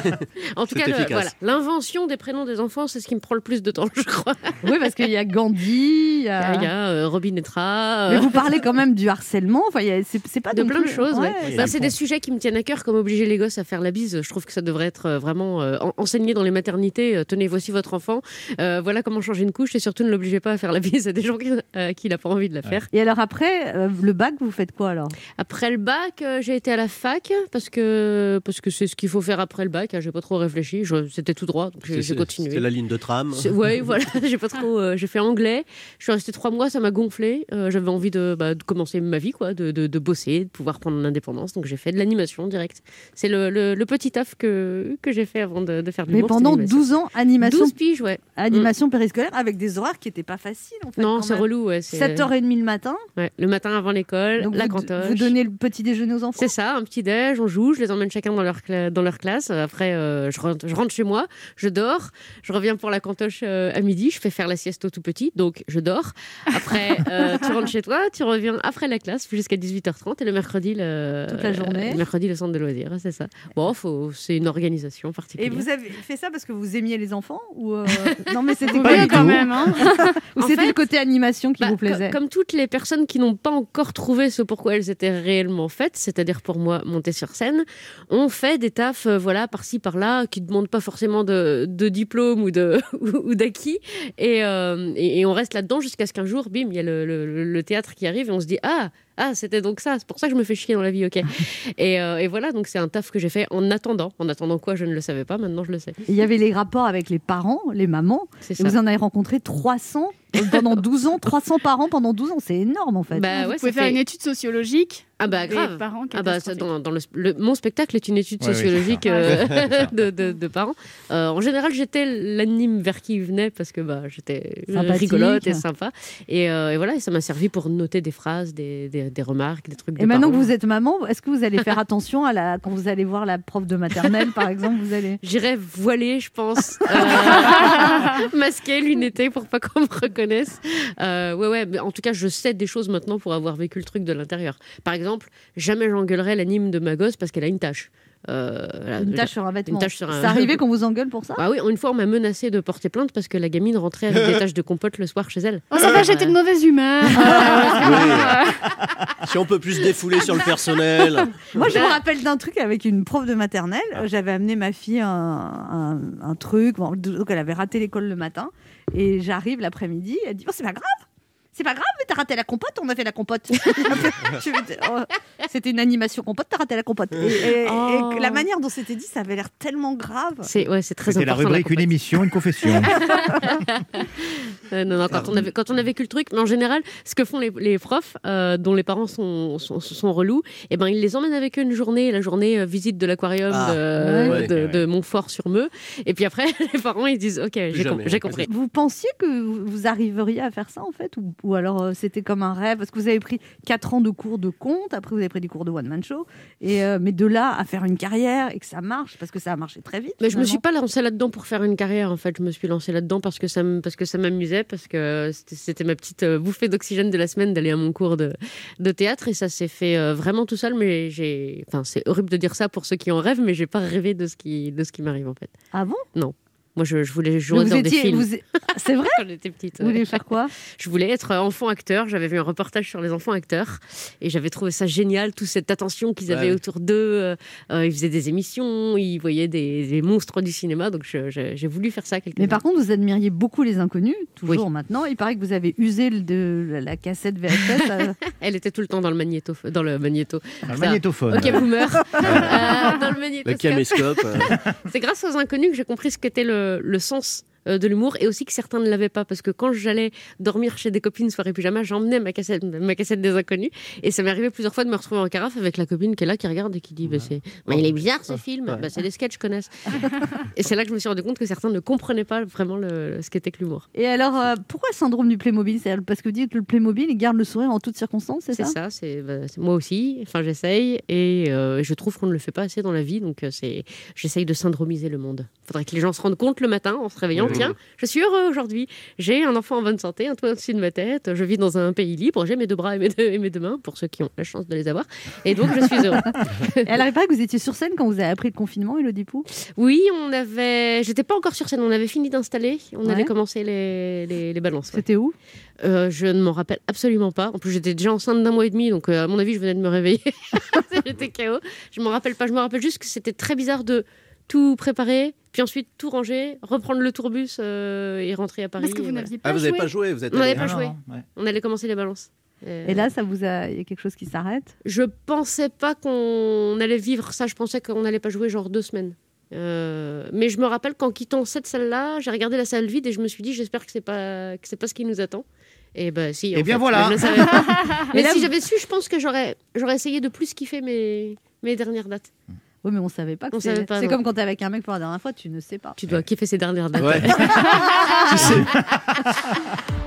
I: En tout
E: C'est
I: cas, le- voilà,
E: efficace.
I: l'invention des prénoms des enfants, c'est ce qui me prend le plus de temps, je crois.
C: oui, parce qu'il y a Gandhi, il y a-
I: Il y a euh, Robin Etra,
C: Mais
I: euh,
C: vous parlez quand même du harcèlement, enfin, il y a- c'est c'est pas
I: de
C: non
I: plein de
C: plus-
I: choses. ouais.
C: Ouais.
I: Bah, c'est des sujets qui me tiennent à cœur, comme obliger les gosses à faire faire la bise, je trouve que ça devrait être euh, vraiment euh, en- enseigné dans les maternités. Euh, Tenez, voici votre enfant. Euh, voilà comment changer une couche et surtout ne l'obligez pas à faire la bise à des gens qui- euh, à qui il n'a pas envie de la faire.
C: Et alors après, euh, le bac, vous faites quoi alors
I: Après le bac, euh, j'ai été à la fac parce que parce que c'est ce qu'il faut faire après le bac. hein, J'ai pas trop réfléchi, je- c'était tout droit, donc j'ai j'ai continué.
E: C'était la ligne de tram.
I: C'est- Ouais, voilà, j'ai pas trop. euh, j'ai fait anglais. Je suis restée trois mois, ça m'a gonflé. Euh, J'avais envie de, bah, de commencer ma vie, quoi, de, de, de bosser, de pouvoir prendre l'indépendance. Donc j'ai fait de l'animation directe. C'est le, le, le petit taf que, que j'ai fait avant de, de faire de
C: Mais
I: l'humour.
C: pendant
I: c'était l'animation.
C: 12 ans, animation,
I: 12 piges, ouais. Mm.
C: animation périscolaire avec des horaires qui n'étaient pas faciles en fait.
I: Non,
C: quand
I: c'est
C: même.
I: relou. Ouais, c'est-
C: 7h30 le matin.
I: ouais, le matin avant l'école,
C: Donc
I: la
C: vous,
I: cantoche.
C: vous donnez le petit déjeuner aux enfants.
I: C'est ça, un petit déj, on joue, je les emmène chacun dans leur, cla- dans leur classe. Après, euh, je, rentre, je rentre chez moi, je dors, je reviens pour la cantoche euh, à midi, je fais faire la sieste au tout petit, donc je dors. Après, euh, tu rentres chez toi, tu reviens après la classe jusqu'à 18h30 et le mercredi, le,
C: Toute la journée.
I: le mercredi, le centre de loisirs, hein, c'est ça. Bon, faut- c'est une organisation
C: Et
I: particulière.
C: vous avez fait ça parce que vous aimiez les enfants ou euh, non mais c'était
D: Pas
C: quoi
D: du
A: quand
D: tout.
A: même. hein.
C: Ou
I: En
C: c'était
I: fait-
C: le côté animation qui
I: Bah,
C: vous
I: co-
C: plaisait
I: Comme toutes les personnes qui n'ont pas encore trouvé ce pourquoi elles étaient réellement faites, c'est-à-dire pour moi monter sur scène, on fait des tafs euh, voilà par-ci par-là qui ne demandent pas forcément de, de diplôme ou de ou, ou d'acquis et, euh, et, et on reste là-dedans jusqu'à ce qu'un jour bim il y a le, le- le théâtre qui arrive et on se dit ah ah, c'était donc ça, c'est pour ça que je me fais chier dans la vie, ok. Et, euh, et voilà, donc c'est un taf que j'ai fait en attendant. En attendant quoi, je ne le savais pas, maintenant je le sais.
C: Il y avait les rapports avec les parents, les mamans.
I: C'est
C: Et
I: ça.
C: vous en avez rencontré 300 euh, pendant 12 ans, 300 parents pendant 12 ans, c'est énorme en fait.
I: Bah
A: vous
I: ouais, ça
A: pouvez faire
I: fait-
A: une étude sociologique.
I: Ah bah
A: des
I: grave.
A: parents
I: Ah bah, ça,
A: catastrophiques.
I: dans, dans le, le- mon spectacle est une étude
D: Ouais, oui,
I: sociologique
A: c'est
I: euh, de, de- de parents. Euh, en général, j'étais l'anime vers qui ils venaient parce que bah, j'étais euh,
C: Sympathique.
I: rigolote et sympa. Et, euh, et voilà, et ça m'a servi pour noter des phrases, des, des- des remarques, des trucs.
C: Et maintenant que vous êtes maman, est-ce que vous allez faire attention à la quand vous allez voir la prof de maternelle par exemple, vous allez
I: J'irai voilée, je pense. Euh, masquée, lunettée pour pas qu'on me reconnaisse. Euh, ouais, ouais, mais en tout cas, je sais des choses maintenant pour avoir vécu le truc de l'intérieur. Par exemple, jamais j'engueulerai l'anime de ma gosse parce qu'elle a une tâche. Euh, voilà,
C: une tache sur un vêtement.
I: une tache sur un-
C: C'est arrivé qu'on vous engueule pour ça
I: Bah oui, une fois, on m'a menacé de porter plainte parce que la gamine rentrait avec des taches de compote le soir chez elle.
A: Oh, ça va, j'étais de mauvaise humeur.
E: Si on peut plus se défouler sur le personnel.
C: Moi, je me rappelle d'un truc avec une prof de maternelle. Euh, J'avais amené ma fille un, un, un truc. Bon, donc, elle avait raté l'école le matin. Et j'arrive l'après-midi. Elle dit Oh, c'est pas grave. C'est pas grave, mais t'as raté la compote. On a fait la compote. Je me dis, Oh, c'était une animation compote. T'as raté la compote. Et, et-
I: Oh.
C: et que la manière dont c'était dit, ça avait l'air tellement grave.
I: C'est ouais, c'est très
D: C'était
I: important.
D: la rubrique
I: la
D: une émission, une confession.
I: compote. Euh, non, non,
E: Ah,
I: quand on, a, quand on a vécu le truc, mais en général, ce que font les, les profs, euh, dont les parents sont, sont, sont relous, eh ben, ils les emmènent avec eux une journée, la journée euh, visite de l'aquarium
E: Ah,
I: de,
E: ouais.
I: de-
D: Ouais.
I: de Montfort-sur-Meux. Et puis après, les parents, ils disent Ok, j'ai com-
E: jamais.
I: j'ai compris.
C: Vous pensiez que vous- vous arriveriez à faire ça, en fait Ou, ou alors euh, c'était comme un rêve Parce que vous avez pris 4 ans de cours de conte, après vous avez pris des cours de one-man show. Et, euh, mais de là à faire une carrière et que ça marche, parce que ça a marché très vite.
I: Mais je me suis
C: finalement.
I: pas lancée là-dedans pour faire une carrière en fait. Je me suis lancée là-dedans parce que ça m- parce que ça m'amusait parce que c'était- c'était ma petite euh, bouffée d'oxygène de la semaine d'aller à mon cours de, de théâtre et ça s'est fait euh, vraiment tout seul. Mais j'ai enfin c'est horrible de dire ça pour ceux qui en rêvent mais j'ai pas rêvé de ce qui de ce qui m'arrive en fait.
C: Ah bon
I: Moi je, je voulais jouer
C: Donc vous
I: dans des
C: étiez,
I: films
C: vous- C'est vrai
I: quand j'étais petite.
C: Vous
I: ouais.
C: voulez faire quoi
I: Je voulais être euh, enfant acteur. J'avais vu un reportage sur les enfants acteurs et j'avais trouvé ça génial, toute cette attention qu'ils avaient
E: Ouais.
I: autour d'eux. Euh, euh, ils faisaient des émissions, ils voyaient des, des monstres du cinéma. Donc je- je- j'ai voulu faire ça quelque
C: Mais par contre, vous admiriez beaucoup les inconnus, toujours
I: Oui.
C: maintenant. Il paraît que vous avez usé le- de la cassette VHS. euh,
I: Elle était tout le temps dans le magnéto, dans le magnéto.
D: Un magnétophone.
I: Ok, boomer. Euh, dans le
E: Le
I: magnétoscope.
E: caméscope. euh,
I: C'est grâce aux inconnus que j'ai compris ce qu'était le, le sens euh, de l'humour et aussi que certains ne l'avaient pas parce que quand j'allais dormir chez des copines soirée pyjama j'emmenais ma cassette, ma cassette des inconnus et ça m'est arrivé plusieurs fois de me retrouver en carafe avec la copine qui est là qui regarde et qui dit bah, c'est, bah, il est bizarre ce film
E: Ouais.
I: Bah, c'est des sketchs connaissent et c'est là que je me suis rendu compte que certains ne comprenaient pas vraiment le, ce qu'était que l'humour
C: Et alors, euh, pourquoi le syndrome du Playmobil C'est-à-dire Parce que vous dites que le Playmobil, il garde le sourire en toutes circonstances, c'est
I: c'est
C: ça,
I: ça, c'est bah, c'est moi aussi enfin j'essaye et euh, je trouve qu'on ne le fait pas assez dans la vie donc euh, c'est j'essaye de syndromiser le monde faudrait que les gens se rendent compte le matin en se réveillant
D: oui.
I: tiens, je suis heureux aujourd'hui. J'ai un enfant en bonne santé, un toit au-dessus de ma tête, je vis dans un pays libre, j'ai mes deux bras et mes deux, et mes deux mains, pour ceux qui ont la chance de les avoir. Et donc, je suis heureux.
C: Elle n'arrive pas que vous étiez sur scène quand vous avez appris le confinement, Elodie Pou
I: Oui, on avait. J'étais pas encore sur scène, on avait fini d'installer, on
C: Ouais.
I: allait commencer les, les, les balances. ouais.
C: C'était où
I: Euh, je ne m'en rappelle absolument pas. En plus, j'étais déjà enceinte d'un mois et demi, donc euh, à mon avis, je venais de me réveiller. j'étais KO. Je m'en rappelle pas. Je me rappelle juste que c'était très bizarre de tout préparer, puis ensuite tout ranger, reprendre le tourbus euh, et rentrer à Paris.
A: Parce que vous
I: et voilà.
A: n'aviez pas
E: Ah, vous
A: joué.
E: n'avez pas joué, vous êtes.
I: On n'avait
E: allé-
I: pas joué.
D: ouais.
I: On allait commencer les balances. Euh,
C: Et là, ça vous a... il y a quelque chose qui s'arrête
I: je pensais pas qu'on allait vivre ça. Je pensais qu'on n'allait pas jouer genre deux semaines. Euh, mais je me rappelle qu'en quittant cette salle-là, j'ai regardé la salle vide et je me suis dit j'espère que c'est pas que c'est pas ce qui nous attend. Et ben si. en
D: Eh bien,
I: fait.
D: voilà.
I: Je le savais pas. mais
C: Et là,
I: si
C: vous-
I: j'avais su, je pense que j'aurais j'aurais essayé de plus kiffer mes mes dernières dates.
C: Oui, mais on savait pas. que
I: On
C: c'est-
I: savait pas,
C: C'est
I: non.
C: comme quand t'es avec un mec pour la dernière fois, tu ne sais pas.
I: Tu dois kiffer ces dernières dates.
E: Ouais.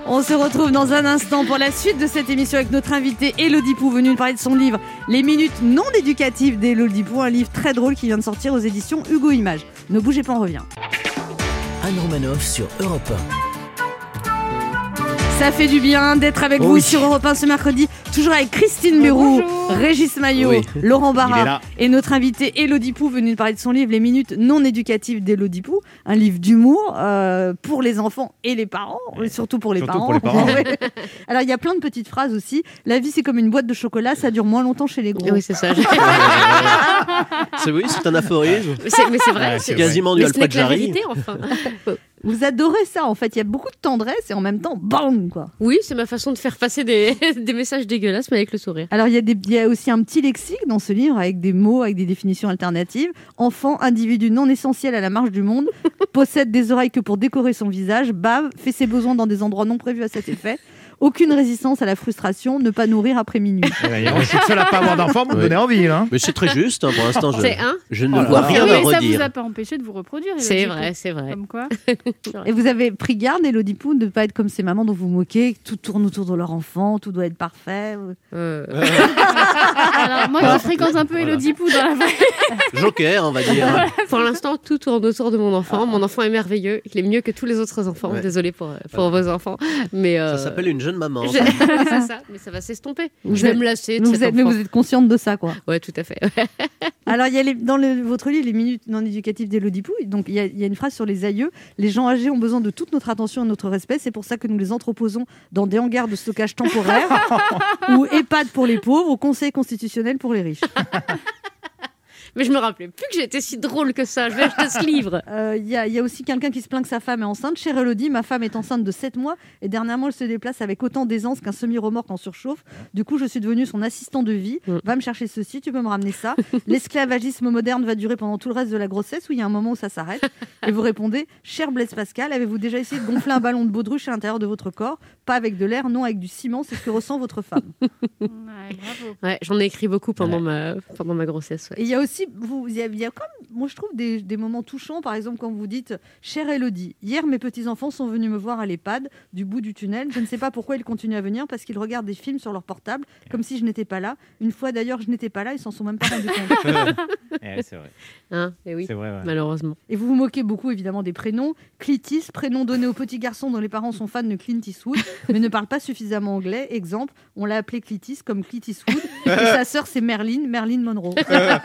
C: On se retrouve dans un instant pour la suite de cette émission avec notre invitée Elodie Pou, venue nous parler de son livre Les minutes non éducatives d'Elodie Pou, un livre très drôle qui vient de sortir aux éditions Hugo Image. Ne bougez pas, on revient.
B: Anne Romanoff sur Europe
C: Ça fait du bien d'être avec
E: Oh
C: vous
E: oui.
C: sur Europe 1 ce mercredi, toujours avec Christine Mérou, Régis Maillot,
E: Oui.
C: Laurent
D: Il est
C: Barra
D: là.
C: et notre invitée Elodie Pou venue nous parler de son livre Les minutes non éducatives d'Elodie Pou, un livre d'humour euh, pour les enfants et les parents, et surtout pour les
D: Surtout
C: parents.
D: pour les parents.
C: Ouais. Alors il y a plein de petites phrases aussi. La vie c'est comme une boîte de chocolat, ça dure moins longtemps chez les gros.
I: Oui, c'est ça.
E: C'est oui, c'est un aphorisme.
I: Mais c'est mais c'est vrai.
D: Ouais,
I: c'est
D: c'est
I: vrai.
E: Quasiment du
I: Mais ce n'est
E: Alfred
I: que la
E: Jarry.
I: vérité, enfin.
C: Vous adorez ça en fait, il y a beaucoup de tendresse et en même temps bam quoi.
I: Oui, c'est ma façon de faire passer des, des messages dégueulasses, mais avec le sourire.
C: Alors, il y, a des- il y a aussi un petit lexique dans ce livre avec des mots, avec des définitions alternatives. Enfant, individu non essentiel à la marche du monde, possède des oreilles que pour décorer son visage, bave, fait ses besoins dans des endroits non prévus à cet effet. Aucune résistance à la frustration, ne pas nourrir après minuit.
D: Eh ben, dis donc, Je suis le seul à pas avoir d'enfant pour me
E: Oui.
D: donner envie. Hein.
E: Mais c'est très juste, hein, pour l'instant,
I: C'est
E: je,
I: un.
E: je ne
D: Oh là
E: vois
D: là.
E: rien
A: Oui,
E: à
A: mais ça vous
E: redire.
A: a pas empêché de vous reproduire.
I: C'est
A: Elodie
I: vrai,
A: Pou.
I: c'est vrai.
A: Comme quoi.
C: Et vous avez pris garde, Elodie Pou, de ne pas être comme ces mamans dont vous moquez, que tout tourne autour de leur enfant, tout doit être parfait.
I: Euh,
A: Alors moi, je fréquente un peu
E: Voilà.
A: Elodie Pou dans la vraie.
E: Joker, on va dire.
I: Pour l'instant, tout tourne autour de mon enfant. Mon enfant est merveilleux. Il est mieux que tous les autres enfants.
E: Ouais.
I: Désolée pour, euh, pour vos enfants. Mais, euh,
E: Ça s'appelle une jeune maman.
I: je- c'est ça, mais ça va s'estomper.
C: Vous
I: je vais
C: êtes-
I: me lasser de
C: Vous
I: cet
C: êtes, mais
I: enfant.
C: vous êtes consciente de ça, quoi.
I: Ouais, tout à fait.
C: Alors, il y a les- dans le- votre livre, Les Minutes non éducatives d'Elodie Pou, donc il y, a, il y a une phrase sur les aïeux. Les gens âgés ont besoin de toute notre attention et notre respect. C'est pour ça que nous les entreposons dans des hangars de stockage temporaire ou EHPAD pour les pauvres ou conseil constitutionnel pour les riches.
I: Mais je me rappelais plus que j'étais si drôle que ça. Je vais acheter ce livre.
C: Euh, Il y, a- il y a aussi quelqu'un qui se plaint que sa femme est enceinte. Chère Elodie, ma femme est enceinte de 7 mois et dernièrement, elle se déplace avec autant d'aisance qu'un semi-remorque en surchauffe. Du coup, je suis devenue son assistant de vie.
I: Mm.
C: Va me chercher ceci, tu peux me ramener ça. L'esclavagisme moderne va durer pendant tout le reste de la grossesse ou il y a un moment où ça s'arrête. Et vous répondez Cher Blaise Pascal, avez-vous déjà essayé de gonfler un ballon de baudruche à l'intérieur de votre corps Pas avec de l'air, non avec du ciment, c'est ce que ressent votre femme.
A: Ouais, bravo.
I: Ouais, J'en ai écrit beaucoup pendant, ma, pendant ma grossesse. ouais.
C: Et il y a aussi, vous, il y a, il y a comme, moi je trouve des, des moments touchants, par exemple quand vous dites, chère Elodie, hier mes petits-enfants sont venus me voir à l'EHPAD du bout du tunnel, je ne sais pas pourquoi ils continuent à venir parce qu'ils regardent des films sur leur portable, comme si je n'étais pas là. Une fois d'ailleurs je n'étais pas là, ils s'en sont même pas rendus compte.
D: Eh, c'est vrai.
I: Hein et oui,
D: vrai
I: malheureusement.
C: Et vous vous moquez beaucoup évidemment des prénoms. Clitis, prénom donné aux petits garçons dont les parents sont fans de Clint Eastwood, mais ne parlent pas suffisamment anglais. Exemple, on l'a appelé Clitis comme Clint Eastwood, et sa sœur c'est Merlin, Merlin Monroe.
D: Euh,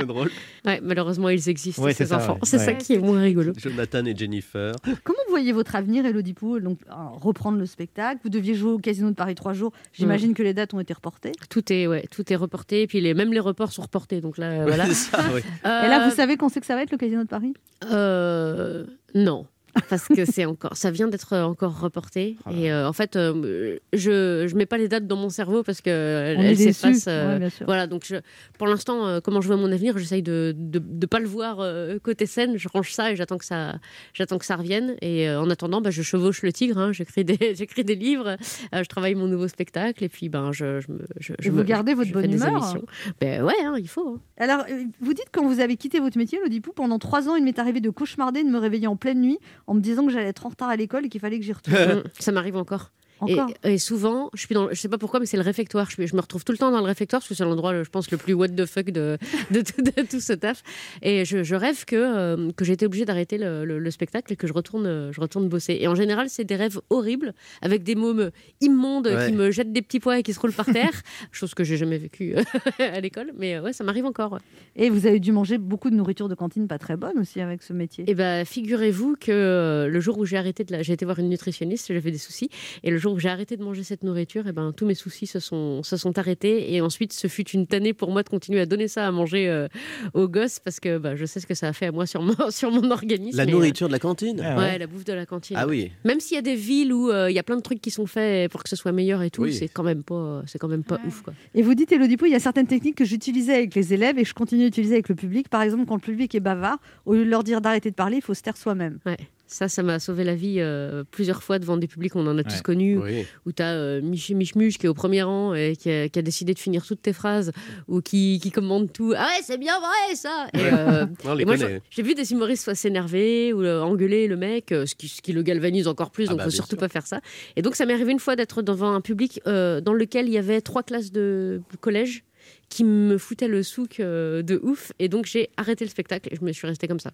E: C'est drôle.
I: Ouais, malheureusement, ils existent,
D: Ouais, c'est
I: ces
D: ça,
I: enfants.
D: ouais.
I: C'est ça
A: Ouais.
I: qui est moins rigolo.
E: Jonathan et Jennifer.
C: Comment vous voyez votre avenir, Elodie Pou Donc, euh, reprendre le spectacle. Vous deviez jouer au Casino de Paris trois jours. J'imagine que les dates ont été reportées.
I: Tout est, ouais, tout est reporté. Et puis les, même les reports sont reportés. Donc là, voilà.
E: C'est ça, oui.
C: Et là,
I: Euh,
C: vous savez quand c'est que ça va être le Casino de Paris
I: Euh, non. Parce que c'est encore, ça vient d'être encore reporté.
D: Ah.
I: Et euh, en fait, euh, je je mets pas les dates dans mon cerveau parce que
C: On
I: euh,
C: est
I: elles
C: déçus.
I: s'effacent. euh,
C: Ouais, bien sûr.
I: voilà, donc je- pour l'instant, euh, comment je vois mon avenir, j'essaye de de, de pas le voir euh, côté scène. Je range ça et j'attends que ça j'attends que ça revienne. Et euh, en attendant, bah, je chevauche le tigre. hein. j'écris des j'écris des livres. euh, je travaille mon nouveau spectacle. Et puis ben je je me je,
C: Et
I: je
C: vous
I: me-
C: gardez votre
I: je
C: bonne
I: fais des
C: humeur
I: émissions. Ben ouais, hein, il faut. hein.
C: Alors, euh, vous dites quand vous avez quitté votre métier, Elodie Pou, pendant trois ans, il m'est arrivé de cauchemarder, de me réveiller en pleine nuit en me disant que j'allais être en retard à l'école et qu'il fallait que j'y retourne.
I: Mm, ça m'arrive encore. Et,
C: Encore.
I: et souvent, je suis dans, le- je sais pas pourquoi, mais c'est le réfectoire. Je, suis- je me retrouve tout le temps dans le réfectoire parce que c'est l'endroit, le- je pense, le plus what the fuck de, de, tout- de tout ce taf. Et je, je rêve que euh, que j'ai été obligée d'arrêter le, le- le spectacle et que je retourne, euh, je retourne bosser. Et en général, c'est des rêves horribles avec des mômes immondes
E: Ouais.
I: qui me jettent des petits pois et qui se roulent par terre, chose que j'ai jamais vécue euh, à l'école. Mais euh, ouais, ça m'arrive encore. ouais.
C: Et vous avez dû manger beaucoup de nourriture de cantine pas très bonne aussi avec ce métier.
I: Eh ben, figurez-vous que euh, le jour où j'ai arrêté de la... j'ai été voir une nutritionniste, j'avais des soucis, et le jour où j'ai arrêté de manger cette nourriture, eh ben, tous mes soucis se sont, se sont arrêtés, et ensuite, ce fut une tannée pour moi de continuer à donner ça à manger euh, aux gosses, parce que bah, je sais ce que ça a fait à moi sur mon, sur mon organisme.
E: La
I: et, euh,
E: nourriture de la cantine
D: Ah
I: ouais,
D: ouais.
I: la bouffe de la cantine.
E: Ah oui.
I: Même s'il y a des villes où euh, il y a plein de trucs qui sont faits pour que ce soit meilleur et tout,
E: Oui.
I: c'est quand même pas, c'est quand même pas
A: Ouais.
I: ouf. Quoi.
C: Et vous dites, Elodie Pou, il y a certaines techniques que j'utilisais avec les élèves et que je continue d'utiliser avec le public. Par exemple, quand le public est bavard, au lieu de leur dire d'arrêter de parler, il faut se taire soi-même.
I: Ça, ça m'a sauvé la vie euh, plusieurs fois devant des publics, on en a tous
D: Ouais.
I: connu,
E: Oui.
I: où tu as Michmuche qui est au premier rang et qui a, qui a décidé de finir toutes tes phrases ou qui, qui commande tout. Ah ouais, c'est bien vrai ça Et, euh,
E: On les
I: et moi,
E: connaît.
I: j'ai- j'ai vu des humoristes soit s'énerver ou euh, engueuler le mec, euh, ce qui, ce qui le galvanise encore plus,
E: Ah
I: donc
E: bah,
I: faut
E: bien
I: surtout
E: sûr.
I: pas faire ça. Et donc, ça m'est arrivé une fois d'être devant un public euh, dans lequel il y avait trois classes de collège qui me foutaient le souk euh, de ouf. Et donc, j'ai arrêté le spectacle et je me suis restée comme ça.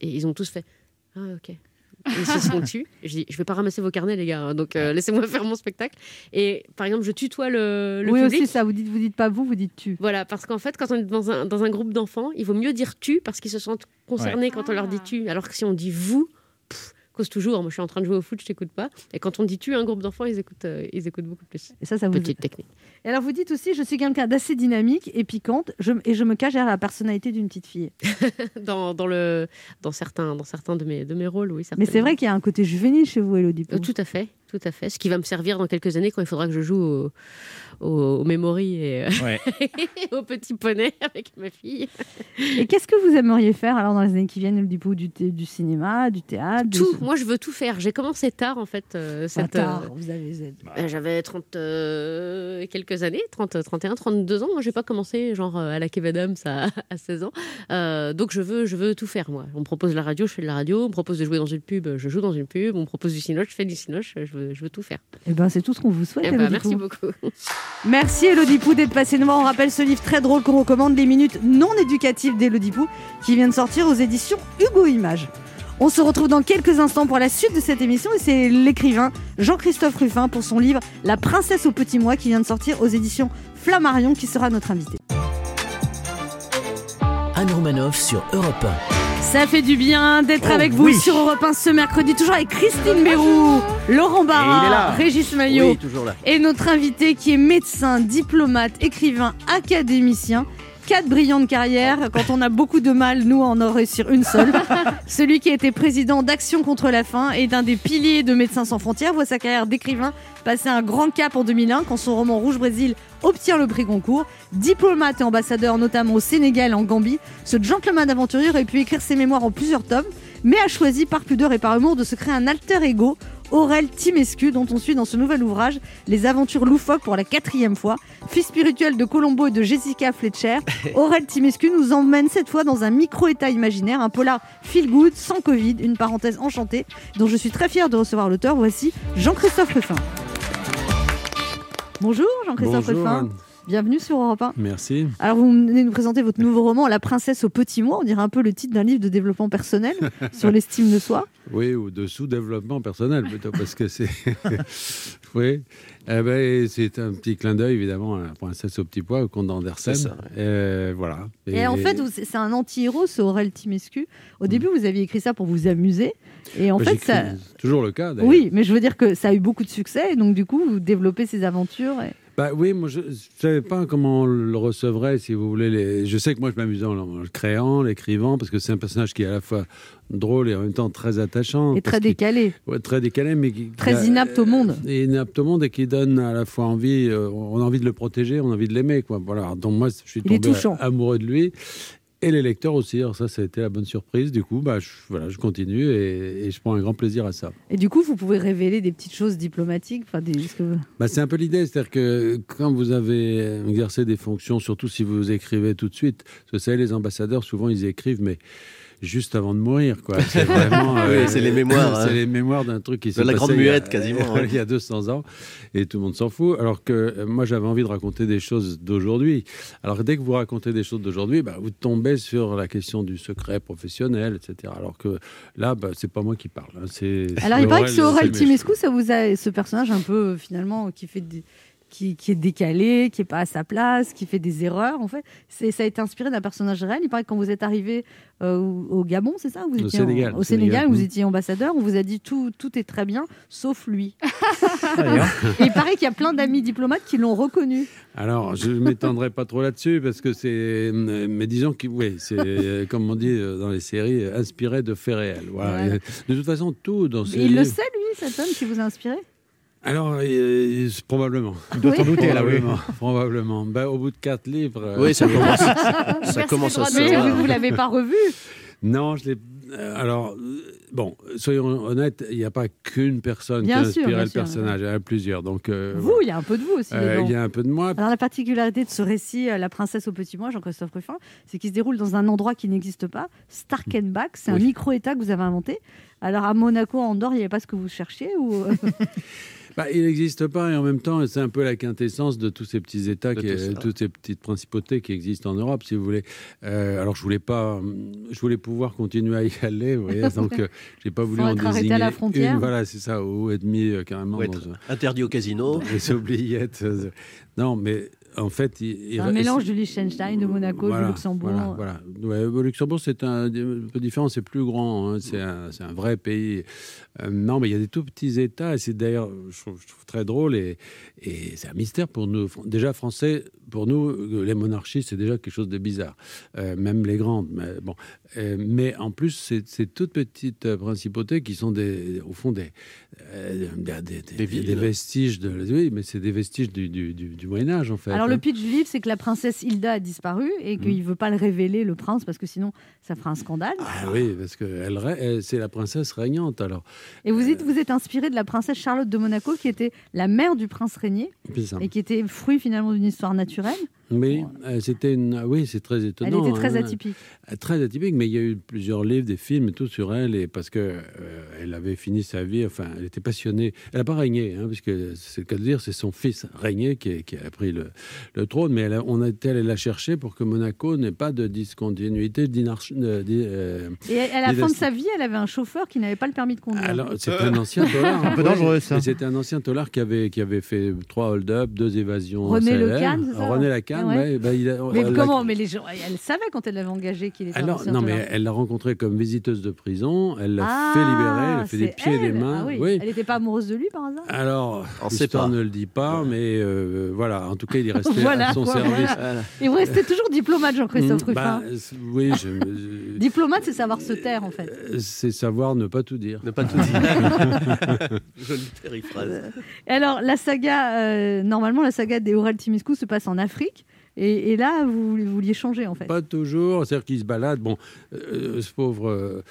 I: Et ils ont tous fait Ah, ok. Ils se sont tués. Je dis, je vais pas ramasser vos carnets, les gars. hein, Donc, euh, laissez-moi faire mon spectacle. Et par exemple, je tutoie le, Euh, le
C: oui,
I: public.
C: aussi, ça, vous dites, vous dites pas vous, vous dites tu.
I: Voilà, parce qu'en fait, quand on est dans un, dans un groupe d'enfants, il vaut mieux dire tu parce qu'ils se sentent concernés quand on leur dit
A: Ah.
I: tu. Alors que si on dit vous, pff, cause toujours. Moi, je suis en train de jouer au foot, je t'écoute pas. Et quand on dit tu à un groupe d'enfants, ils écoutent, euh, ils écoutent beaucoup plus.
C: Et ça, ça vous
I: Petite technique.
C: Et alors, vous dites aussi, je suis quelqu'un d'assez dynamique et piquante je, et je me cache derrière la personnalité d'une petite fille.
I: Dans, dans le, dans certains, dans certains de mes, de mes rôles, oui.
C: Mais c'est
I: certainement.
C: vrai qu'il y a un côté juvénile chez vous, Elodie Pou.
I: Euh, tout à fait, tout à fait. Ce qui va me servir dans quelques années quand il faudra que je joue au, au, au Memory et euh,
D: Ouais.
I: au Petit Poney avec ma fille.
C: Et qu'est-ce que vous aimeriez faire alors dans les années qui viennent, Elodie Pou du, thé- du cinéma, du théâtre du-
I: Tout, moi je veux tout faire. J'ai commencé tard en fait. euh,
C: Pas
I: cette,
C: Ah, tard,
I: euh,
C: vous avez vous êtes-
I: Euh, J'avais 30 euh, quelques années, 30, 31, 32 ans. Moi, j'ai pas commencé genre euh, à la Kevedam ça à 16 ans. Euh, donc je veux, je veux tout faire moi. On me propose la radio, je fais de la radio. On me propose de jouer dans une pub, je joue dans une pub. On me propose du cinoche, je fais du cinoche. Je veux, je veux tout faire.
C: Eh ben, c'est tout ce qu'on vous souhaite,
I: Eh ben,
C: Élodie
I: merci
C: Pou.
I: beaucoup.
C: Merci Elodie Pou d'être passée nous voir. On rappelle ce livre très drôle qu'on recommande, Les Minutes non éducatives d'Elodie Pou, qui vient de sortir aux éditions Hugo Images. On se retrouve dans quelques instants pour la suite de cette émission et c'est l'écrivain Jean-Christophe Ruffin pour son livre La princesse au petit mois qui vient de sortir aux éditions Flammarion qui sera notre invité.
B: Anne Romanoff sur Europe
C: Ça fait du bien d'être
D: Oh
C: avec vous
D: oui.
C: sur Europe 1 ce mercredi, toujours avec Christine Mérou,
E: Et il est là.
C: Laurent Barra, Régis Maillot
E: Oui, toujours là.
C: et notre invité qui est médecin, diplomate, écrivain, académicien. Quatre brillantes carrières. Quand on a beaucoup de mal, nous, à en en réussir une seule. Celui qui a été président d'Action contre la faim est un des piliers de Médecins sans frontières. Voit sa carrière d'écrivain passer un grand cap en 2001 quand son roman Rouge Brésil obtient le prix Goncourt. Diplomate et ambassadeur notamment au Sénégal et en Gambie, ce gentleman aventurier aurait pu écrire ses mémoires en plusieurs tomes, mais a choisi par pudeur et par humour de se créer un alter ego, Aurel Timescu, dont on suit dans ce nouvel ouvrage les aventures loufoques pour la quatrième fois. Fils spirituel de Colombo et de Jessica Fletcher, Aurel Timescu nous emmène cette fois dans un micro-état imaginaire, un polar feel good, sans Covid, une parenthèse enchantée, dont je suis très fière de recevoir l'auteur. Voici Jean-Christophe Ruffin. Bonjour Jean-Christophe Ruffin. Bienvenue sur Europe 1.
J: Merci.
C: Alors vous venez nous présenter votre nouveau roman La princesse au petit mois, on dirait un peu le titre d'un livre de développement personnel sur l'estime de soi.
J: Oui, ou de sous-développement personnel plutôt, parce que c'est. oui. Eh ben, c'est un petit clin d'œil, évidemment, à la princesse au petit pois, au comte d'Andersen.
E: C'est ça,
J: Euh, voilà.
C: Et, en fait, vous- c'est un anti-héros, ce Aurel Timescu. Au début, vous aviez écrit ça pour vous amuser. Et
J: Mm.
C: en
J: Bah,
C: fait,
J: j'écris-
C: ça...
J: c'est toujours le cas, d'ailleurs.
C: Oui, mais je veux dire que ça a eu beaucoup de succès. Et donc, du coup, vous développez ces aventures. et-
J: Bah oui, moi je ne savais pas comment on le recevrait, si vous voulez. Les... Je sais que moi je m'amusais en, en le créant, l'écrivant, parce que c'est un personnage qui est à la fois drôle et en même temps très attachant.
C: Et
J: parce
C: très
J: qu'il-
C: décalé.
J: ouais, très décalé, mais qui,
C: Très
J: qui a- euh,
C: inapte au monde.
J: Et inapte au monde et qui donne à la fois envie, euh, on a envie de le protéger, on a envie de l'aimer. quoi. Voilà. Donc moi je suis
C: Il est
J: tombé
C: touchant.
J: amoureux de lui. Et les lecteurs aussi, alors ça, ça a été la bonne surprise. Du coup, bah, je, voilà, je continue et- et je prends un grand plaisir à ça.
C: Et du coup, vous pouvez révéler des petites choses diplomatiques. Enfin, des... ce que vous-
J: Bah, c'est un peu l'idée, c'est-à-dire que quand vous avez exercé des fonctions, surtout si vous écrivez tout de suite, parce que vous savez, les ambassadeurs, souvent ils écrivent, mais juste avant de mourir. quoi. C'est vraiment, euh,
E: Oui, c'est les mémoires,
J: C'est
E: hein.
J: les mémoires d'un truc qui
E: De
J: s'est
E: la
J: passé
E: Grande
J: il y a-
E: Muette, quasiment, hein.
J: il y a 200 ans et tout le monde s'en fout. Alors que euh, moi, j'avais envie de raconter des choses d'aujourd'hui. Alors que dès que vous racontez des choses d'aujourd'hui, bah, vous tombez sur la question du secret professionnel, etc. Alors que là, bah, c'est pas moi qui parle. hein, c'est-
C: Alors,
J: c'est
C: il paraît que ce Aurel
J: c'est mes
C: Timescu, ça vous a ce personnage un peu euh, finalement qui fait des- qui, qui est décalé, qui est pas à sa place, qui fait des erreurs. En fait, c'est ça a été inspiré d'un personnage réel. Il paraît que quand vous êtes arrivé euh, au au Gabon, c'est ça, vous
J: Au
C: étiez en-
J: Sénégal,
C: au Sénégal,
J: Sénégal,
C: vous
J: mm.
C: étiez ambassadeur. On vous a dit tout tout est très bien, sauf lui.
J: hein.
C: Et il paraît qu'il y a plein d'amis diplomates qui l'ont reconnu.
J: Alors, je ne m'étendrai pas trop là-dessus parce que c'est. Mais disons que, oui, c'est, euh, comme on dit euh, dans les séries, euh, inspiré de faits réels. Voilà.
C: Voilà.
J: Et De toute façon, tout dans ces.
C: Et il le
J: livres-
C: sait lui, cet homme qui vous a inspiré.
J: Alors, euh, c'est probablement.
C: Il doit Oui. t'en douter, là, oui.
J: Probablement. probablement. Ben, au bout de quatre livres. euh,
E: Oui, ça commence-
C: Vous
J: ça commence à se
C: Mais
J: voir.
C: vous, vous l'avez pas revu.
J: Non, je l'ai. euh, Alors, euh, bon, soyons honnêtes, il n'y a pas qu'une personne
C: Bien
J: qui a
C: sûr,
J: inspiré
C: bien
J: le
C: sûr,
J: personnage, il y en a plusieurs. Donc, euh,
C: Vous, il y a un peu de vous aussi.
J: Euh,
C: dedans.
J: il y a un peu de moi.
C: Alors la particularité de ce récit, euh, La princesse au petit moi, Jean-Christophe Ruffin, c'est qu'il se déroule dans un endroit qui n'existe pas, Starkenbach, c'est un
J: Oui.
C: micro-État que vous avez inventé. Alors à Monaco, en Andorre, il n'y avait pas ce que vous cherchiez ou... euh,
J: Bah, il n'existe pas et en même temps, c'est un peu la quintessence de tous ces petits États, qui-
E: tout ça.
J: toutes ces petites principautés qui existent en Europe, si vous voulez. Euh, alors, je voulais pas, hum, je voulais pouvoir continuer à y aller, vous voyez, donc euh, j'ai pas voulu
C: Sans
J: en
C: être arrêté
J: désigner
C: à la frontière.
J: une. Voilà, c'est ça, au et demi euh, carrément.
E: Faut
J: dans
E: être
J: un-
E: interdit au casino.
J: dans les oubliettes. euh, Non, mais en fait, il, il-
C: C'est un mélange du Liechtenstein, de Monaco,
J: Voilà,
C: du Luxembourg. euh.
J: Voilà, voilà. Ouais, au Luxembourg, c'est un, un peu différent, c'est plus grand, hein, c'est un, c'est un vrai pays. Euh, non, mais il y a des tout petits États, et c'est d'ailleurs, je trouve, je trouve très drôle, et, et c'est un mystère pour nous. Fran- Déjà, Français, pour nous, euh, les monarchies, c'est déjà quelque chose de bizarre, Euh, même les grandes. Mais, bon. Euh, mais en plus, c'est ces toutes petites euh, principautés qui sont des, au fond des, euh, des, des- des- des vestiges, de, oui, mais c'est des vestiges du, Moyen-Âge, en fait.
C: Alors le
J: hein.
C: pitch du livre, c'est que la princesse Hilda a disparu et
J: Mmh.
C: qu'il ne veut pas le révéler, le prince, parce que sinon ça fera un scandale.
J: Ah oui, parce que elle, ré- elle- c'est la princesse régnante. Alors,
C: Et
J: euh.
C: vous dites, vous êtes inspiré de la princesse Charlotte de Monaco, qui était la mère du prince régné
J: C'est ça.
C: et qui était fruit finalement d'une histoire naturelle.
J: mais euh, c'était une, oui, c'est très étonnant.
C: Elle était très
J: hein.
C: atypique.
J: Euh, Très atypique, mais il y a eu plusieurs livres, des films et tout sur elle, et parce que euh, elle avait fini sa vie. Enfin, elle était passionnée. Elle n'a pas régné, hein, parce que c'est le cas de dire, c'est son fils régné qui, est- qui a pris le, le trône. Mais elle a- on était allé la chercher pour que Monaco n'ait pas de discontinuité, d'inarch- de- di- euh,
C: Et à la
J: des
C: fin de
J: vesti-
C: sa vie, elle avait un chauffeur qui n'avait pas le permis de conduire.
E: Euh.
J: Alors, c'est Ah, un ancien tolard.
D: Euh, Un peu
J: Ouais.
D: dangereux, ça.
J: Et C'était un ancien tolard qui avait, qui avait fait trois hold-up, deux évasions.
C: René
J: sévères.
C: Lecanne, c'est ça
J: René Lacan,
C: Ah
J: ouais.
C: ouais.
J: bah, il a-
C: Mais
J: elle l'a-
C: comment Mais les gens, elle savait quand elle l'avait engagé qu'il était
J: Alors,
C: ancien
J: non, mais
C: tolard.
J: elle l'a rencontré comme visiteuse de prison, elle l'a
C: Ah,
J: fait libérer, elle a fait des
C: c'est
J: pieds et des
C: elle
J: mains.
C: Ah oui.
J: oui.
C: Elle n'était pas amoureuse de lui par hasard
J: Alors,
E: On sait
J: l'histoire
E: pas.
J: ne le dit pas, mais euh, voilà, en tout cas, il est resté
C: Voilà,
J: à son
C: quoi,
J: service.
C: voilà. Et vous restez toujours diplomate, Jean-Christophe
J: Mm, bah,
C: Ruffin.
J: c'est- oui, je me-
C: Diplomate, c'est savoir se taire, en fait.
J: je- c'est savoir ne pas tout dire.
E: Ne pas tout dire. Jolie périphrase.
C: Et Alors, la saga, euh, normalement, la saga des Oral Timiscou se passe en Afrique. Et, et là, vous, vous vouliez changer, en fait.
J: Pas toujours, c'est-à-dire qu'il se balade. Bon, euh, ce pauvre euh,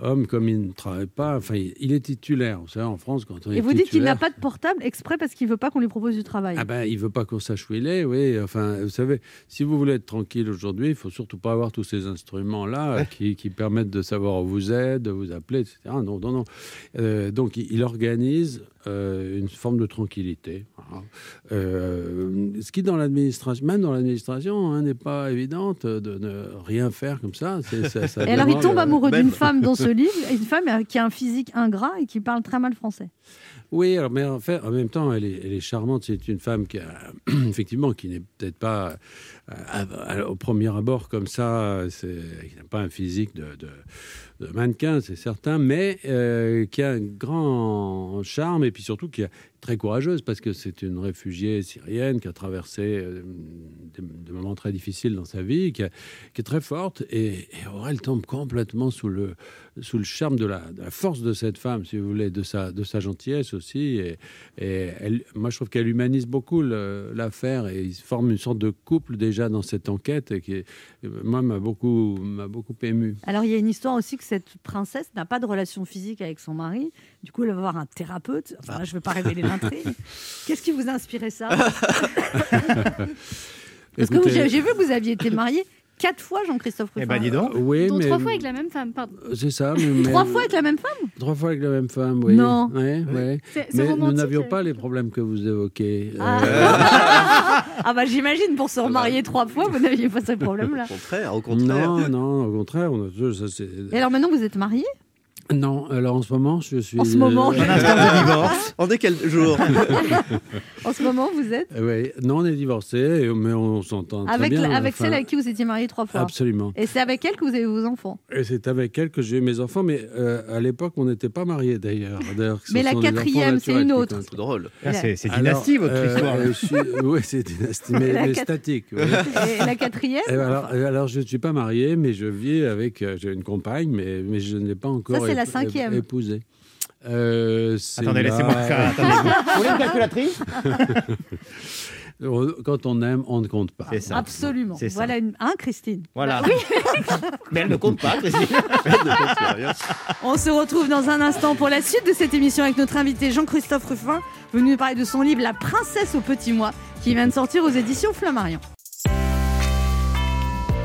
J: homme, comme il ne travaille pas, enfin, il, il est titulaire. Vous savez, en France, quand on est
C: Et vous dites qu'il n'a
J: titulaire-
C: pas de portable exprès parce qu'il ne veut pas qu'on lui propose du travail.
J: Ah ben, il veut pas qu'on sache où il est, oui. Enfin, vous savez, si vous voulez être tranquille aujourd'hui, il faut surtout pas avoir tous ces instruments-là euh, qui, qui permettent de savoir où vous êtes, de vous appeler, etc. Non, non, non. Euh, donc, il il organise euh, une forme de tranquillité. Voilà. Euh, ce qui, dans l'administration, même dans l'administration, hein, n'est pas évidente euh, de ne rien faire comme ça. C'est- ça- ça
C: et alors, il
J: demande,
C: tombe
J: euh,
C: amoureux d'une
J: même-
C: femme dans ce livre, une femme euh, qui a un physique ingrat et qui parle très mal français.
J: Oui, alors, mais en, fait, en même temps, elle est, elle est charmante. C'est une femme qui, a- effectivement, qui n'est peut-être pas euh, à- à- au premier abord comme ça, euh, c'est- qui n'a pas un physique de, de- de mannequin, c'est certain, mais euh, qui a un grand charme et puis surtout qui est très courageuse parce que c'est une réfugiée syrienne qui a traversé euh, des, des moments très difficiles dans sa vie, qui, a- qui est très forte et, et Aurel tombe complètement sous le, sous le charme de la, de la force de cette femme, si vous voulez, de sa, de sa gentillesse aussi. Et, et elle, moi, je trouve qu'elle humanise beaucoup le- l'affaire et ils forment une sorte de couple déjà dans cette enquête et qui, est- moi, m'a beaucoup, m'a beaucoup ému.
C: Alors, il y a une histoire aussi que cette princesse n'a pas de relation physique avec son mari. Du coup, elle va voir un thérapeute. Enfin, là, je ne vais pas révéler l'intrigue. Qu'est-ce qui vous a inspiré ça Parce que vous- j'ai j'ai vu que vous aviez été marié. Quatre fois Jean-Christophe Ruffin.
J: Euh, Oui,
A: Dont
J: mais. Euh,
A: trois fois avec la même femme, pardon.
J: C'est ça. mais- mais-
C: Trois fois avec la même femme
J: Trois fois avec la même femme, oui.
C: Non.
J: Ouais, ouais.
C: C'est- c'est
J: Mais nous
C: romantique,
J: n'avions
C: euh.
J: pas les problèmes que vous évoquez.
C: Ah.
J: Euh,
C: Ah bah j'imagine, pour se remarier trois fois, vous n'aviez pas ce problème-là.
E: contraire, au
J: contraire. Euh, Non, non, au contraire. on a- ça, c'est-
C: Et alors maintenant, vous êtes mariés
J: Non, alors en ce moment, je suis. euh,
C: En ce moment, j'ai- En instant de divorce.
E: On est quel jour
C: En ce moment, vous êtes
J: Oui, Euh, non, on est divorcés, mais on s'entend très
C: avec,
J: bien.
C: la- avec
J: enfin,
C: celle avec qui vous étiez mariés trois fois.
J: Absolument.
C: Et c'est avec elle que vous avez vos enfants.
J: Et c'est avec elle que j'ai eu mes enfants, mais euh, à l'époque, on n'était pas mariés d'ailleurs. D'ailleurs, ce
C: Mais la
J: sont des enfants
C: quatrième, c'est
J: naturels
C: une
J: qui
C: autre.
J: comptent.
E: C'est drôle.
D: Ah, c'est- c'est
J: Alors, euh,
D: dynastie, votre histoire.
J: je suis- oui, c'est dynastie, mais,
C: La
J: mais
C: quat-
J: statique. oui.
C: Et la quatrième
J: Eh ben alors, euh, alors, je ne suis pas marié, mais je vis avec. euh, J'ai une compagne, mais, mais je ne l'ai pas encore
C: Ça, c'est la
J: ép-
C: cinquième.
J: ép- épousée. Euh, c'est
D: Attendez,
J: la-
D: laissez-moi faire. attendez. Vous voulez une calculatrice
J: On- Quand on aime, on ne compte pas.
D: C'est ça.
C: Absolument.
J: C'est ça.
C: Voilà une... Hein, Christine
D: Voilà. Mais elle ne compte pas, Christine.
C: On se retrouve dans un instant pour la suite de cette émission avec notre invité Jean-Christophe Ruffin, venu nous parler de son livre La princesse au petit mois, qui vient de sortir aux éditions Flammarion.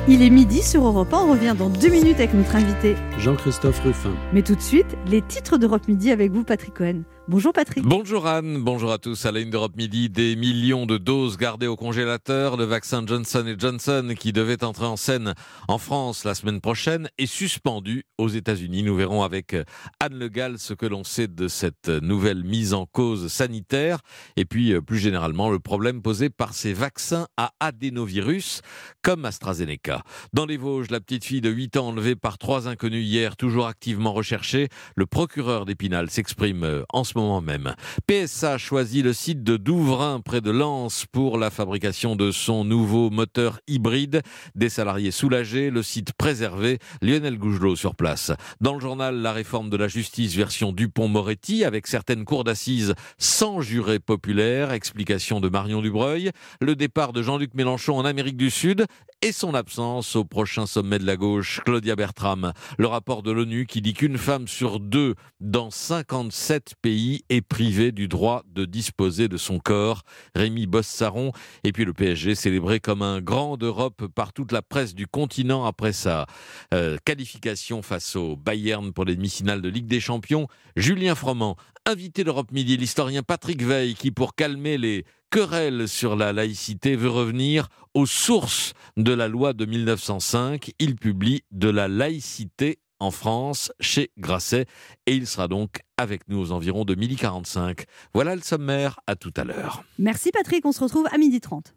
C: Il est midi sur Europe 1, on revient dans deux minutes avec notre invité.
J: Jean-Christophe Ruffin.
C: Mais tout de suite, les titres d'Europe Midi avec vous, Patrick Cohen. Bonjour Patrick.
K: Bonjour Anne, bonjour à tous. À la une d'Europe Midi, des millions de doses gardées au congélateur. Le vaccin Johnson Johnson, qui devait entrer en scène en France la semaine prochaine, est suspendu aux États-Unis. Nous verrons avec euh, Anne Le Gall ce que l'on sait de cette nouvelle mise en cause sanitaire. Et puis, euh, plus généralement, le problème posé par ces vaccins à adénovirus, comme AstraZeneca. Dans les Vosges, la petite fille de 8 ans enlevée par trois inconnus hier, toujours activement recherchée, le procureur d'Épinal s'exprime euh, en ce moment même. PSA choisit le site de Douvrin près de Lens pour la fabrication de son nouveau moteur hybride. Des salariés soulagés, le site préservé, Lionel Gougelot sur place. Dans le journal La réforme de la justice version Dupont-Moretti avec certaines cours d'assises sans juré populaire, explication de Marion Dubreuil, le départ de Jean-Luc Mélenchon en Amérique du Sud et son absence au prochain sommet de la gauche, Claudia Bertram. Le rapport de l'ONU qui dit qu'une femme sur deux dans 57 pays est privée du droit de disposer de son corps. Rémi Bossaron et puis le PSG célébré comme un grand d'Europe par toute la presse du continent après sa euh, qualification face au Bayern pour les demi-finales de Ligue des Champions. Julien Froment, invité d'Europe Midi, l'historien Patrick Veil qui pour calmer les querelle sur la laïcité veut revenir aux sources de la loi de 1905. Il publie De la laïcité en France chez Grasset et il sera donc avec nous aux environs de 1045. Voilà le sommaire, à tout à l'heure.
C: Merci Patrick, on se retrouve à midi 30.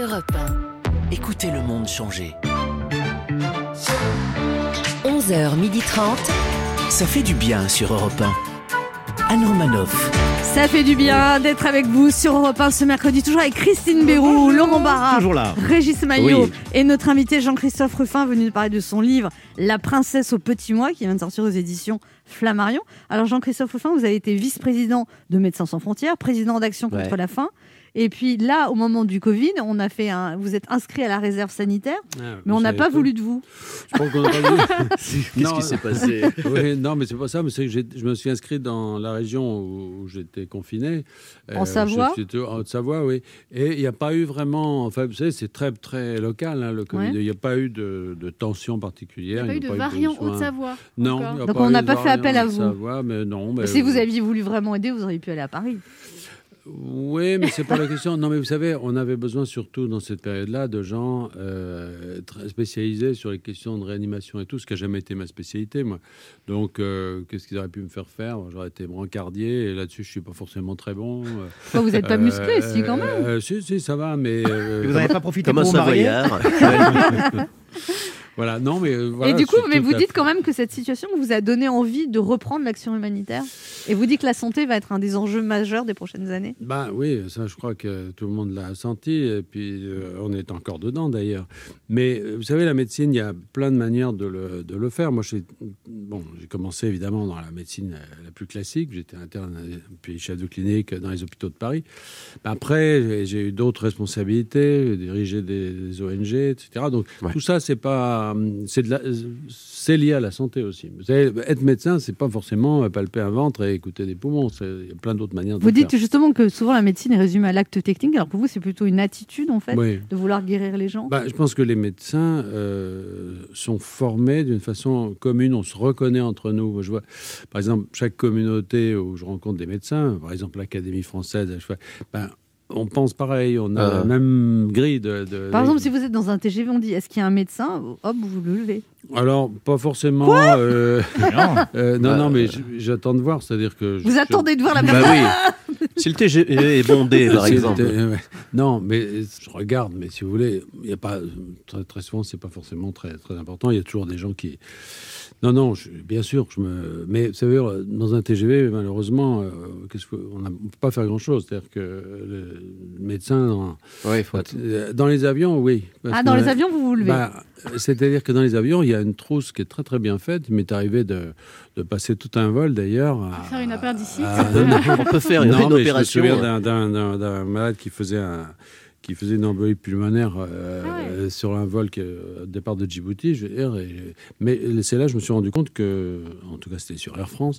B: Europe 1. Écoutez le monde changer.
L: 11h30.
B: Ça fait du bien sur Europe 1. Anne Romanoff.
C: Ça fait du bien d'être avec vous sur Europe 1 ce mercredi, toujours avec Christine Béroux, Laurent Barra,
D: Toujours là.
C: Régis Maillot
D: Oui.
C: et notre invité Jean-Christophe Ruffin venu nous parler de son livre La princesse au petit mois qui vient de sortir aux éditions Flammarion. Alors Jean-Christophe Ruffin, vous avez été vice-président de Médecins sans frontières, président d'Action contre
M: Ouais.
C: la faim. Et puis là, au moment du Covid, on a fait un... vous êtes inscrit à la réserve sanitaire,
J: Ah,
C: mais
J: vous
C: on n'a
J: savez
C: pas
J: pas.
C: voulu de vous.
J: Je pense qu'on a pas vu. Non.
E: qui s'est passé
J: Oui, Non, mais c'est pas ça. Mais c'est que j'ai- je me suis inscrit dans la région où, où j'étais confiné. Euh,
C: En Savoie
J: je- c'était En Haute-Savoie, oui. Et il n'y a pas eu vraiment. Enfin, vous savez, c'est très, très local, hein, le Covid.
A: Ouais.
J: Il n'y a pas eu de, de tension particulière.
A: Il n'y a pas eu
J: n'y
A: de
J: eu
A: variant
J: soins.
A: Haute-Savoie,
J: Non.
A: encore.
J: il n'y
C: Donc on
J: eu
C: n'a
J: de
C: pas fait
J: variant
C: appel à vous.
J: Haute-Savoie, mais non. mais-
C: si vous aviez voulu vraiment aider, vous auriez pu aller à Paris.
J: oui, mais c'est pas la question. Non, mais vous savez, on avait besoin surtout dans cette période-là de gens euh, très spécialisés sur les questions de réanimation et tout, ce qui n'a jamais été ma spécialité, moi. Donc, euh, qu'est-ce qu'ils auraient pu me faire faire J'aurais été brancardier, et là-dessus, je suis pas forcément très bon.
C: Bah, vous êtes pas musclé, si, quand même.
J: euh, si, si, ça va, mais... euh,
D: Et vous n'avez pas profité
J: comme
D: pour
J: un
D: vous marier
J: Savoyard. Voilà, non, mais euh, voilà,
C: et du coup,
J: surtout
C: mais vous
J: la-
C: dites quand même que cette situation vous a donné envie de reprendre l'action humanitaire. Et vous dites que la santé va être un des enjeux majeurs des prochaines années.
J: Ben oui, ça je crois que tout le monde l'a senti, et puis euh, on est encore dedans d'ailleurs. Mais euh, vous savez, la médecine, il y a plein de manières de le, de le faire. Moi, j'ai bon, j'ai commencé évidemment dans la médecine euh, la plus classique, j'étais interne, euh, puis chef de clinique euh, dans les hôpitaux de Paris. Ben, après, j'ai- j'ai eu d'autres responsabilités, j'ai dirigé des, des ONG, etc. Donc tout ça, c'est pas la, c'est de la- c'est lié à la santé aussi. Vous savez, être médecin, c'est pas forcément euh, palper un ventre et écouter des poumons. C'est- Il y a plein d'autres manières. de
C: Vous
J: le
C: dites
J: faire.
C: justement que souvent la médecine est résumée à l'acte technique, alors pour vous c'est plutôt une attitude en fait
J: Oui.
C: de vouloir guérir les gens.
J: Bah, je pense que les médecins euh, sont formés d'une façon commune. On se reconnaît entre nous. Je vois, par exemple, chaque communauté où je rencontre des médecins, par exemple l'Académie française, je fais- ben, on pense pareil. On a
E: Ah.
J: la même grille de. de-
C: Par exemple, si vous êtes dans un TGV, on dit est-ce qu'il y a un médecin Hop, vous le levez.
J: Alors, pas forcément. euh,
C: non.
J: euh, non,
E: Bah,
J: non, mais j- j'attends de voir. C'est-à-dire que. je-
C: Vous
J: je-
C: attendez de voir la
J: Bah
C: personne.
J: oui.
E: Si le TGV est bondé, par
J: Si le
E: exemple.
J: T- E ouais. Non, mais je regarde, mais si vous voulez, il y a pas très, très souvent, c'est pas forcément très très important. Il y a toujours des gens qui. Non, non, je- bien sûr, je me. Mais vous savez, dans un TGV, malheureusement, euh, qu'est-ce que- on ne peut pas faire grand-chose. C'est-à-dire que le médecin. Dans, dans les avions, oui. Parce
C: Ah, dans
J: que-
C: les avions, vous vous levez.
J: Bah, euh, C'est-à-dire que dans les avions, il y a une trousse qui est très très bien faite. Il m'est arrivé de, de passer tout un vol d'ailleurs à,
A: Faire une appendicite.
J: ah, non, non.
E: On peut faire une
J: Non, mais
E: opération.
J: Je me souviens d'un- d'un- d'un d'un malade qui faisait un qui faisait une embolie pulmonaire euh,
A: Ah
J: euh, sur un vol que, au départ de Djibouti, je veux dire. et- mais c'est là que je me suis rendu compte que, en tout cas, c'était sur Air France.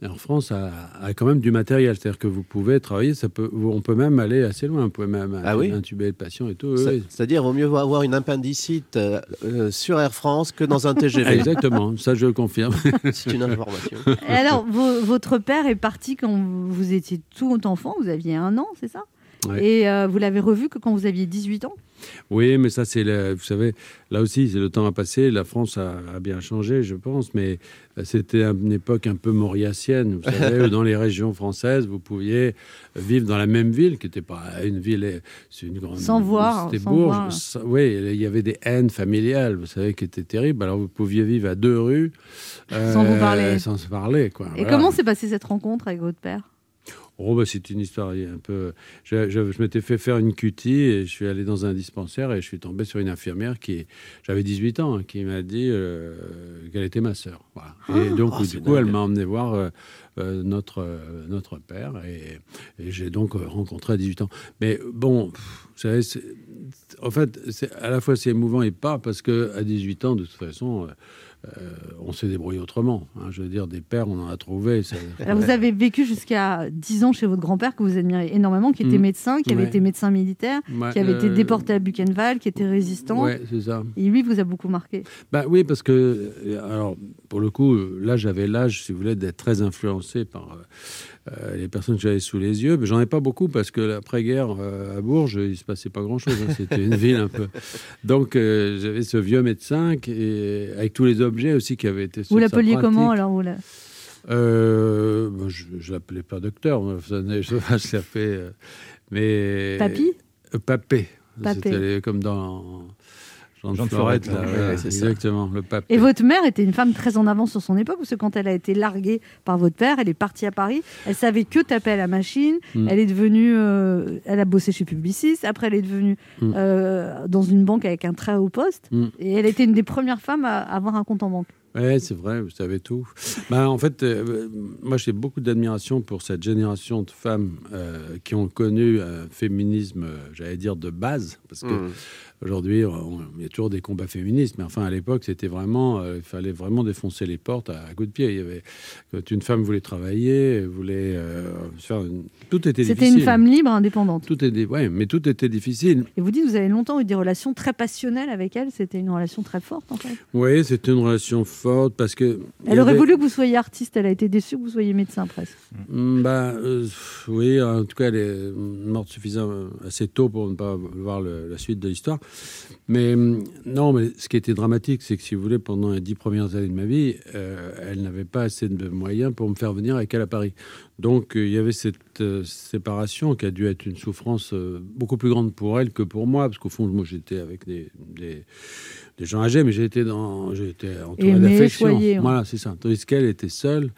J: Air France a, a quand même du matériel, c'est-à-dire que vous pouvez travailler, ça peut, on peut même aller assez loin, on peut même
E: Ah oui
J: intuber le patient et tout.
E: Ça-
J: oui.
E: C'est-à-dire, vaut mieux avoir une appendicite euh, euh, sur Air France que dans un TGV.
J: Exactement, ça je le confirme.
E: C'est une information.
J: Ah,
C: Et alors, vo- votre père est parti quand vous étiez tout enfant, vous aviez un an, c'est ça
J: Ouais.
C: Et euh, vous l'avez revu que quand vous aviez 18 ans
J: Oui, mais ça, c'est le- vous savez, là aussi, c'est le temps à passer. La France a, a bien changé, je pense, mais euh, c'était une époque un peu mauriacienne. Vous savez, où dans les régions françaises, vous pouviez vivre dans la même ville, qui n'était pas une ville, c'est une grande.
C: Sans voir,
J: C'était
C: sans
J: Bourges.
C: voir.
J: Ça- Oui, il y avait des haines familiales, vous savez, qui étaient terribles. Alors, vous pouviez vivre à deux rues. euh,
C: Sans vous parler.
J: Sans se parler, quoi.
C: Et
J: Voilà.
C: comment s'est passée cette rencontre avec votre père
J: Oh, bah, c'est une histoire il y a un peu. Je, je- je m'étais fait faire une cutie et je suis allé dans un dispensaire et je suis tombé sur une infirmière qui. J'avais 18 ans, hein, qui m'a dit euh, qu'elle était ma sœur. Voilà. Et donc,
E: Oh,
J: du
E: c'est
J: coup, elle
E: dingue.
J: m'a emmené voir euh, euh, notre, euh, notre père et, et j'ai donc euh, rencontré à 18 ans. Mais bon, pff, vous savez, c'est- en fait, c'est- à la fois c'est émouvant et pas parce que à 18 ans, de toute façon. euh, euh, on s'est débrouillé autrement. hein. je veux dire, des pères, on en a trouvé. ça-
C: Alors, Ah, vous avez vécu jusqu'à 10 ans chez votre grand-père que vous admirez énormément, qui était
J: Mhm.
C: médecin, qui avait
J: Ouais.
C: été médecin militaire,
J: Ouais,
C: qui avait été
J: euh,
C: déporté à Buchenwald, qui était résistant.
J: Ouais, c'est ça.
C: Et lui vous a beaucoup marqué.
J: Bah oui, parce que, euh, alors, pour le coup, euh, là, j'avais l'âge, si vous voulez, d'être très influencé par euh, euh, les personnes que j'avais sous les yeux. Mais j'en ai pas beaucoup parce que l'après-guerre euh, à Bourges, il se passait pas grand-chose. hein. C'était une ville un peu. Donc, euh, j'avais ce vieux médecin qui, et avec tous les objets aussi qui avaient été.
C: Vous
J: sur sa
C: l'appeliez comment
J: pratique.
C: alors vous la-
J: Euh, bon, Je, je l'appelais pas docteur, mais ça venait- je ça fait. euh, mais
C: Papy
J: Euh, Papé.
C: Papé.
J: C'était les- comme dans Jean,
E: Jean
J: de
E: de Florette,
J: Florette, là,
E: ouais,
J: voilà,
E: c'est ça.
J: exactement, le papé.
C: Et votre mère était une femme très en avance sur son époque, parce que quand elle a été larguée par votre père, elle est partie à Paris, elle savait que taper à la machine,
J: Mm.
C: elle est devenue, euh, elle a bossé chez Publicis, après elle est devenue
J: Mm.
C: euh, dans une banque avec un très haut poste,
J: Mm.
C: et elle était une des premières femmes à avoir un compte en banque.
J: Oui, c'est vrai, vous savez tout. Ben, en fait, euh, moi, j'ai beaucoup d'admiration pour cette génération de femmes euh, qui ont connu un féminisme, euh, j'allais dire, de base. Parce que
E: Mm.
J: aujourd'hui, on- il y a toujours des combats féministes, mais enfin, à l'époque, c'était vraiment. euh, Il fallait vraiment défoncer les portes à, à coups de pied. Il y avait, quand une femme voulait travailler, voulait euh, faire. une- Tout était difficile.
C: C'était une femme libre, indépendante.
J: Tout était, ouais, mais tout était difficile.
C: Et vous dites, vous avez longtemps eu des relations très passionnelles avec elle, c'était une relation très forte en fait.
J: Oui, c'était une relation forte parce que. il y
C: Elle aurait
J: avait-
C: voulu que vous soyez artiste, elle a été déçue que vous soyez médecin presque.
J: Mm, Bah, euh, pff, oui, en tout cas, elle est mm, morte suffisamment assez tôt pour ne pas voir le- la suite de l'histoire. Mais mm, non, mais ce qui était dramatique, c'est que si vous voulez, pendant les dix premières années de ma vie, euh, elle n'avait pas assez de moyens pour me faire venir avec elle à Paris. Donc, euh, il y avait cette euh, séparation qui a dû être une souffrance euh, beaucoup plus grande pour elle que pour moi, parce qu'au fond, moi, j'étais avec des, des- des gens âgés, mais j'étais dans, j'étais entouré
C: Aimé,
J: d'affection.
C: choyé, ouais.
J: Voilà, c'est ça. Tandis qu'elle était seule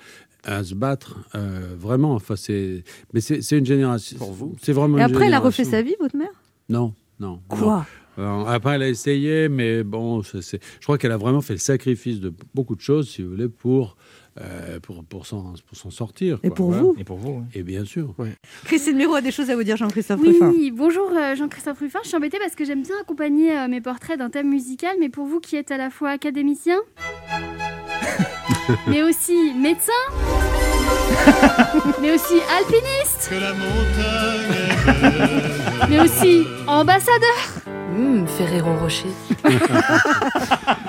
J: à se battre, euh, vraiment. Enfin, c'est, mais c'est, c'est une génération. Pour vous, c'est vraiment.
C: Et
J: une
C: après, elle a refait
J: génération.
C: sa vie, votre mère
J: Non, non.
C: Quoi
J: non. Euh, Après, elle a essayé, mais bon, ça, c'est... je crois qu'elle a vraiment fait le sacrifice de beaucoup de choses, si vous voulez, pour euh, pour, pour s'en pour s'en sortir.
C: Et pour vous
J: Et pour vous. Et bien sûr.
C: Christine Miro a des choses à vous dire, Jean-Christophe
A: Oui,
C: Ruffin.
A: bonjour euh, Jean-Christophe Ruffin. Je suis embêtée parce que j'aime bien accompagner euh, mes portraits d'un thème musical, mais pour vous qui êtes à la fois académicien, mais aussi médecin, mais aussi alpiniste, mais aussi ambassadeur.
M: Hum, Ferrero Rocher.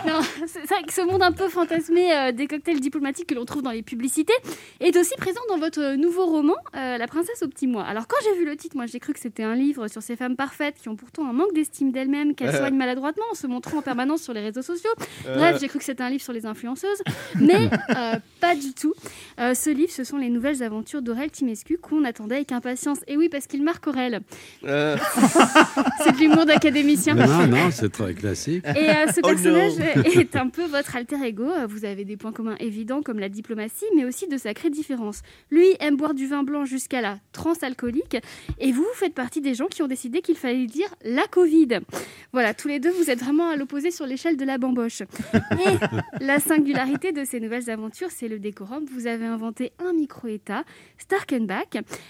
A: Non, c'est vrai que ce monde un peu fantasmé euh, des cocktails diplomatiques que l'on trouve dans les publicités est aussi présent dans votre nouveau roman, euh, La princesse au petit mois. Alors quand j'ai vu le titre, moi j'ai cru que c'était un livre sur ces femmes parfaites qui ont pourtant un manque d'estime d'elles-mêmes, qu'elles
N: Euh.
A: soignent maladroitement en se montrant en permanence sur les réseaux sociaux.
N: Euh.
A: Bref, j'ai cru que c'était un livre sur les influenceuses, mais euh, pas du tout. Euh, ce livre, ce sont les nouvelles aventures d'Aurel Timescu qu'on attendait avec impatience. Et oui, parce qu'il marque Aurel.
E: Euh,
A: C'est de l'humour d'académicien.
J: Non, non, c'est très classique.
A: Et euh, ce
J: Oh non.
A: personnage est un peu votre alter ego. Euh, Vous avez des points communs évidents comme la diplomatie, mais aussi de sacrées différences. Lui aime boire du vin blanc jusqu'à la transalcoolique, et vous, vous faites partie des gens qui ont décidé qu'il fallait dire la Covid. Voilà, tous les deux, vous êtes vraiment à l'opposé sur l'échelle de la bamboche. Et la singularité de ces nouvelles aventures, c'est le décorum. Vous avez inventé un micro-État, Starkenbach.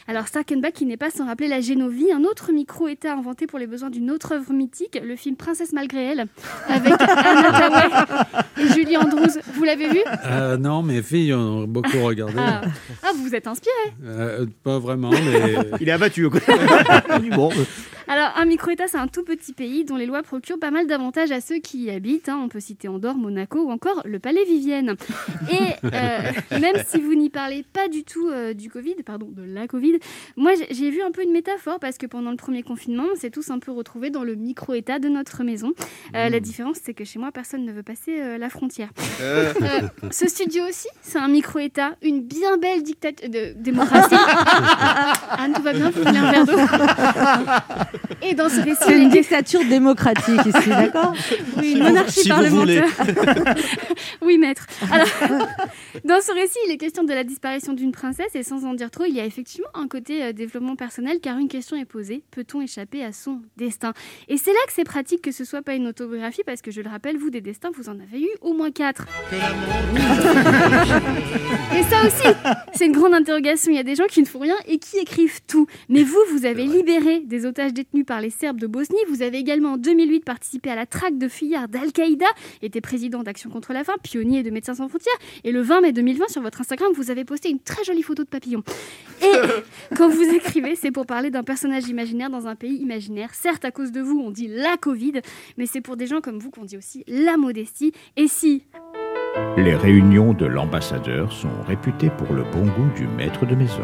A: Alors Starkenbach, qui n'est pas sans rappeler la Génovie, un autre micro-État inventé pour les besoins d'une autre œuvre mythique, le film Princesse malgré elle, avec Anna Tawai et Julie Andrews. Vous l'avez vu
J: Euh, non, mes filles ont beaucoup regardé.
A: ah. Ah, vous vous êtes inspiré.
J: Euh, pas vraiment, mais.
D: Il est abattu.
J: bon.
A: Alors, un micro-État, c'est un tout petit pays dont les lois procurent pas mal d'avantages à ceux qui y habitent. hein. On peut citer Andorre, Monaco ou encore le Palais Vivienne. Et euh, même si vous n'y parlez pas du tout euh, du Covid, pardon, de la Covid, moi j'ai- j'ai vu un peu une métaphore parce que pendant le premier confinement, on s'est tous un peu retrouvés dans le micro-État de notre maison. Euh,
C: Hmm.
A: La différence, c'est que chez moi, personne ne veut passer euh, la frontière.
N: Euh.
A: Euh, ce studio aussi, c'est un micro-État, une bien belle dictature de démocratie. Anne, tout va bien, vous voulez un verre d'eau Et dans ce récit,
C: C'est
A: les-
C: une dictature démocratique ici, d'accord
A: Oui, une monarchie parlementaire. oui, maître. Alors, dans ce récit, il est question de la disparition d'une princesse et sans en dire trop, il y a effectivement un côté euh, développement personnel car une question est posée peut-on échapper à son destin Et c'est là que c'est pratique que ce soit pas une autobiographie parce que je le rappelle, vous des destins, vous en avez eu au moins quatre. Et ça aussi, c'est une grande interrogation. Il y a des gens qui ne font rien et qui écrivent tout. Mais vous, vous avez libéré des otages détenus par les Serbes de Bosnie. Vous avez également en 2008 participé à la traque de fuyards d'Al-Qaïda, était président d'Action contre la faim, pionnier de Médecins sans frontières. Et le 20 mai 2020, sur votre Instagram, vous avez posté une très jolie photo de papillon. Et quand vous écrivez, c'est pour parler d'un personnage imaginaire dans un pays imaginaire. Certes, à cause de vous, on dit la Covid, mais c'est pour des gens comme vous qu'on dit aussi la modestie. Et si
O: Les réunions de l'ambassadeur sont réputées pour le bon goût du maître de maison.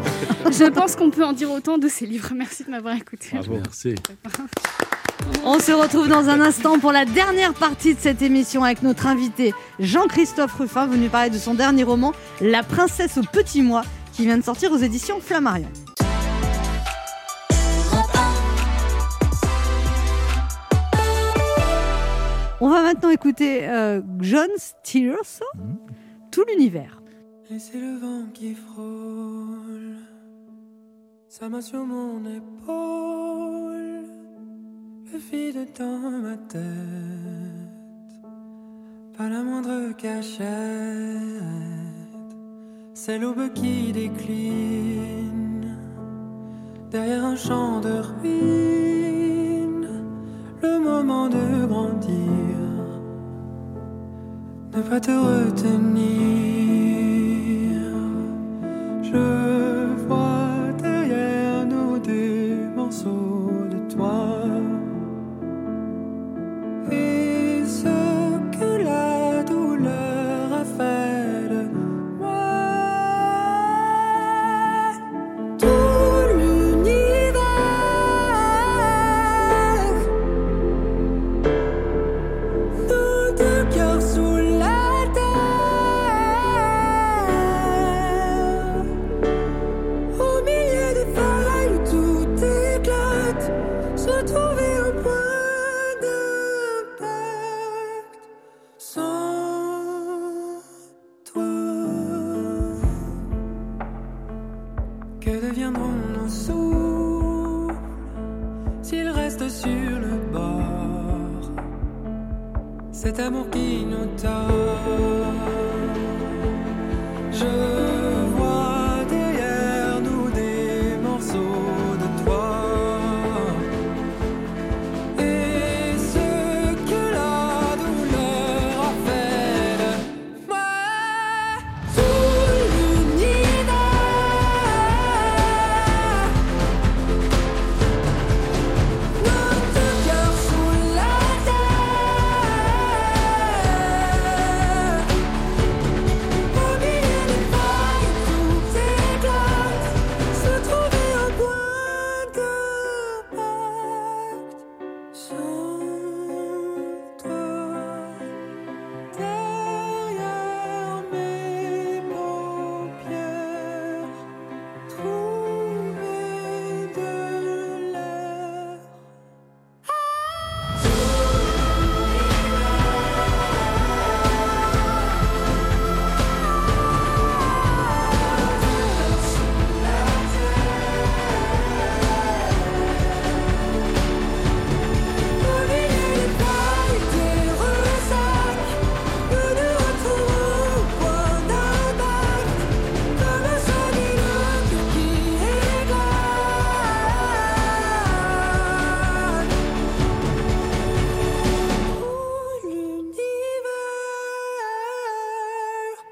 A: Je pense qu'on peut en dire autant de ces livres. Merci de m'avoir écouté.
J: Merci.
C: On se retrouve dans un instant pour la dernière partie de cette émission avec notre invité Jean-Christophe Ruffin, venu parler de son dernier roman, La princesse au petit mois, qui vient de sortir aux éditions Flammarion. On va maintenant écouter euh, John Steers, tout l'univers.
P: Et c'est le vent qui frôle, ça main sur mon épaule, le vide dans ma tête, pas la moindre cachette, c'est l'aube qui décline, derrière un champ de ruines, le moment de grandir, ne pas te retenir. Je vois derrière nous des morceaux de toi. Et ce que la douleur a fait de moi. Tout l'univers. Nos deux cœurs sous la terre Au milieu des failles où tout éclate Se trouver un point d'impact Sans toi Que deviendront nos souffles S'ils restent sur le bord cet amour qui nous tord. Je vois derrière nous des morceaux de toi. Et ce que la douleur appelle, moi, tout l'univers. Notre cœur sous la terre. Au milieu des failles, tout éclate. Se trouver un point de pacte. Sans toi, derrière mes paupières, trouver de Ah. l'air.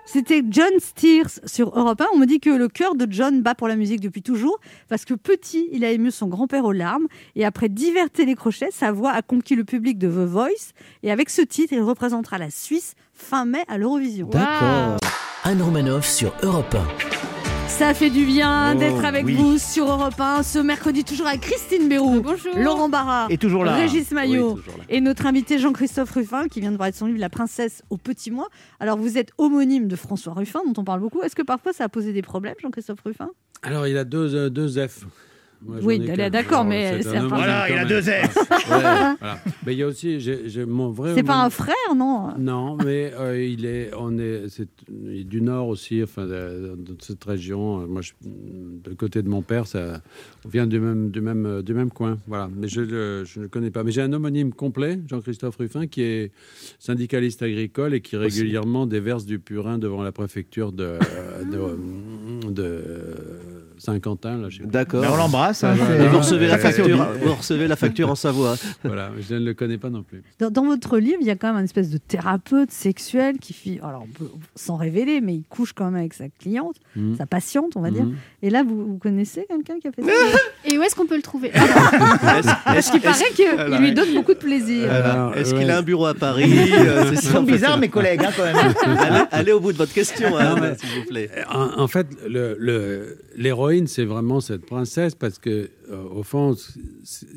C: C'était John Steers sur Europe 1. On me dit que le cœur de John bat pour la musique depuis toujours, parce que petit, il a ému son grand-père aux larmes, et après divers télécrochets, sa voix a conquis le public de The Voice, et avec ce titre, il représentera la Suisse fin mai à l'Eurovision.
B: Anne Romanoff sur Europe 1.
C: Ça fait du bien
B: Oh,
C: d'être avec
B: oui.
C: vous sur Europe 1 ce mercredi, toujours avec Christine Béroux, Laurent Barra,
D: Et toujours là.
C: Régis Maillot
D: Oui, toujours là.
C: et notre invité Jean-Christophe Ruffin qui vient de parler de son livre La princesse au petit mois. Alors vous êtes homonyme de François Ruffin dont on parle beaucoup. Est-ce que parfois ça a posé des problèmes Jean-Christophe Ruffin
J: Alors, il a deux, euh, deux F. Moi, j'en
C: Oui,
J: ai
C: d'aller-
J: qu'un.
C: d'accord,
J: Alors,
C: mais
J: c'est
C: c'est
J: un
C: un
J: homme,
C: Voilà,
J: quand
C: il a
J: même.
C: deux F.
J: Ouais, voilà. Mais il y a aussi, j'ai j'ai mon vrai.
D: Euh,
C: C'est pas
J: homonyme-
C: un frère, non
J: Non, mais euh, il est, on est, c'est il est du nord aussi, enfin de, de cette région. Euh, Moi, je, de côté de mon père, ça, on vient du même, du même, euh, du même coin. Voilà, mais je, le- je ne le connais pas. Mais j'ai un homonyme complet, Jean-Christophe Ruffin, qui est syndicaliste agricole et qui
N: Aussi.
J: régulièrement déverse du purin devant la préfecture de, de, de Saint-Quentin. là, je sais pas.
E: D'accord.
J: Ah,
E: Ben, on l'embrasse, hein,
J: voilà.
E: c'est- Et vous recevez la facture- vous recevez la facture en Savoie.
J: Voilà, je ne le connais pas non plus.
C: Dans, dans votre livre, il y a quand même une espèce de thérapeute sexuel qui fit, alors on peut- sans révéler, mais il couche quand même avec sa cliente,
D: Mmh.
J: Mhm.
C: sa patiente, on va dire.
J: Mhm.
C: Et là, vous, vous connaissez quelqu'un qui a fait ça
A: Et où est-ce qu'on peut le trouver Ah bah,
C: Parce qu'il paraît qu'il
E: Alors,
C: lui donne beaucoup de plaisir.
E: Alors, Ah Est-ce qu'il
J: Ah ouais.
E: a un bureau à Paris Euh, c'est
D: Ils
E: ça,
D: sont
E: en fait.
D: bizarres, mes collègues, hein, quand même.
E: allez, allez au bout de votre question,
J: Non,
E: Anne,
J: mais- euh,
E: s'il vous plaît.
J: Ah En, en fait, le- le- l'héroïne, c'est vraiment cette princesse parce que, euh, au fond, c-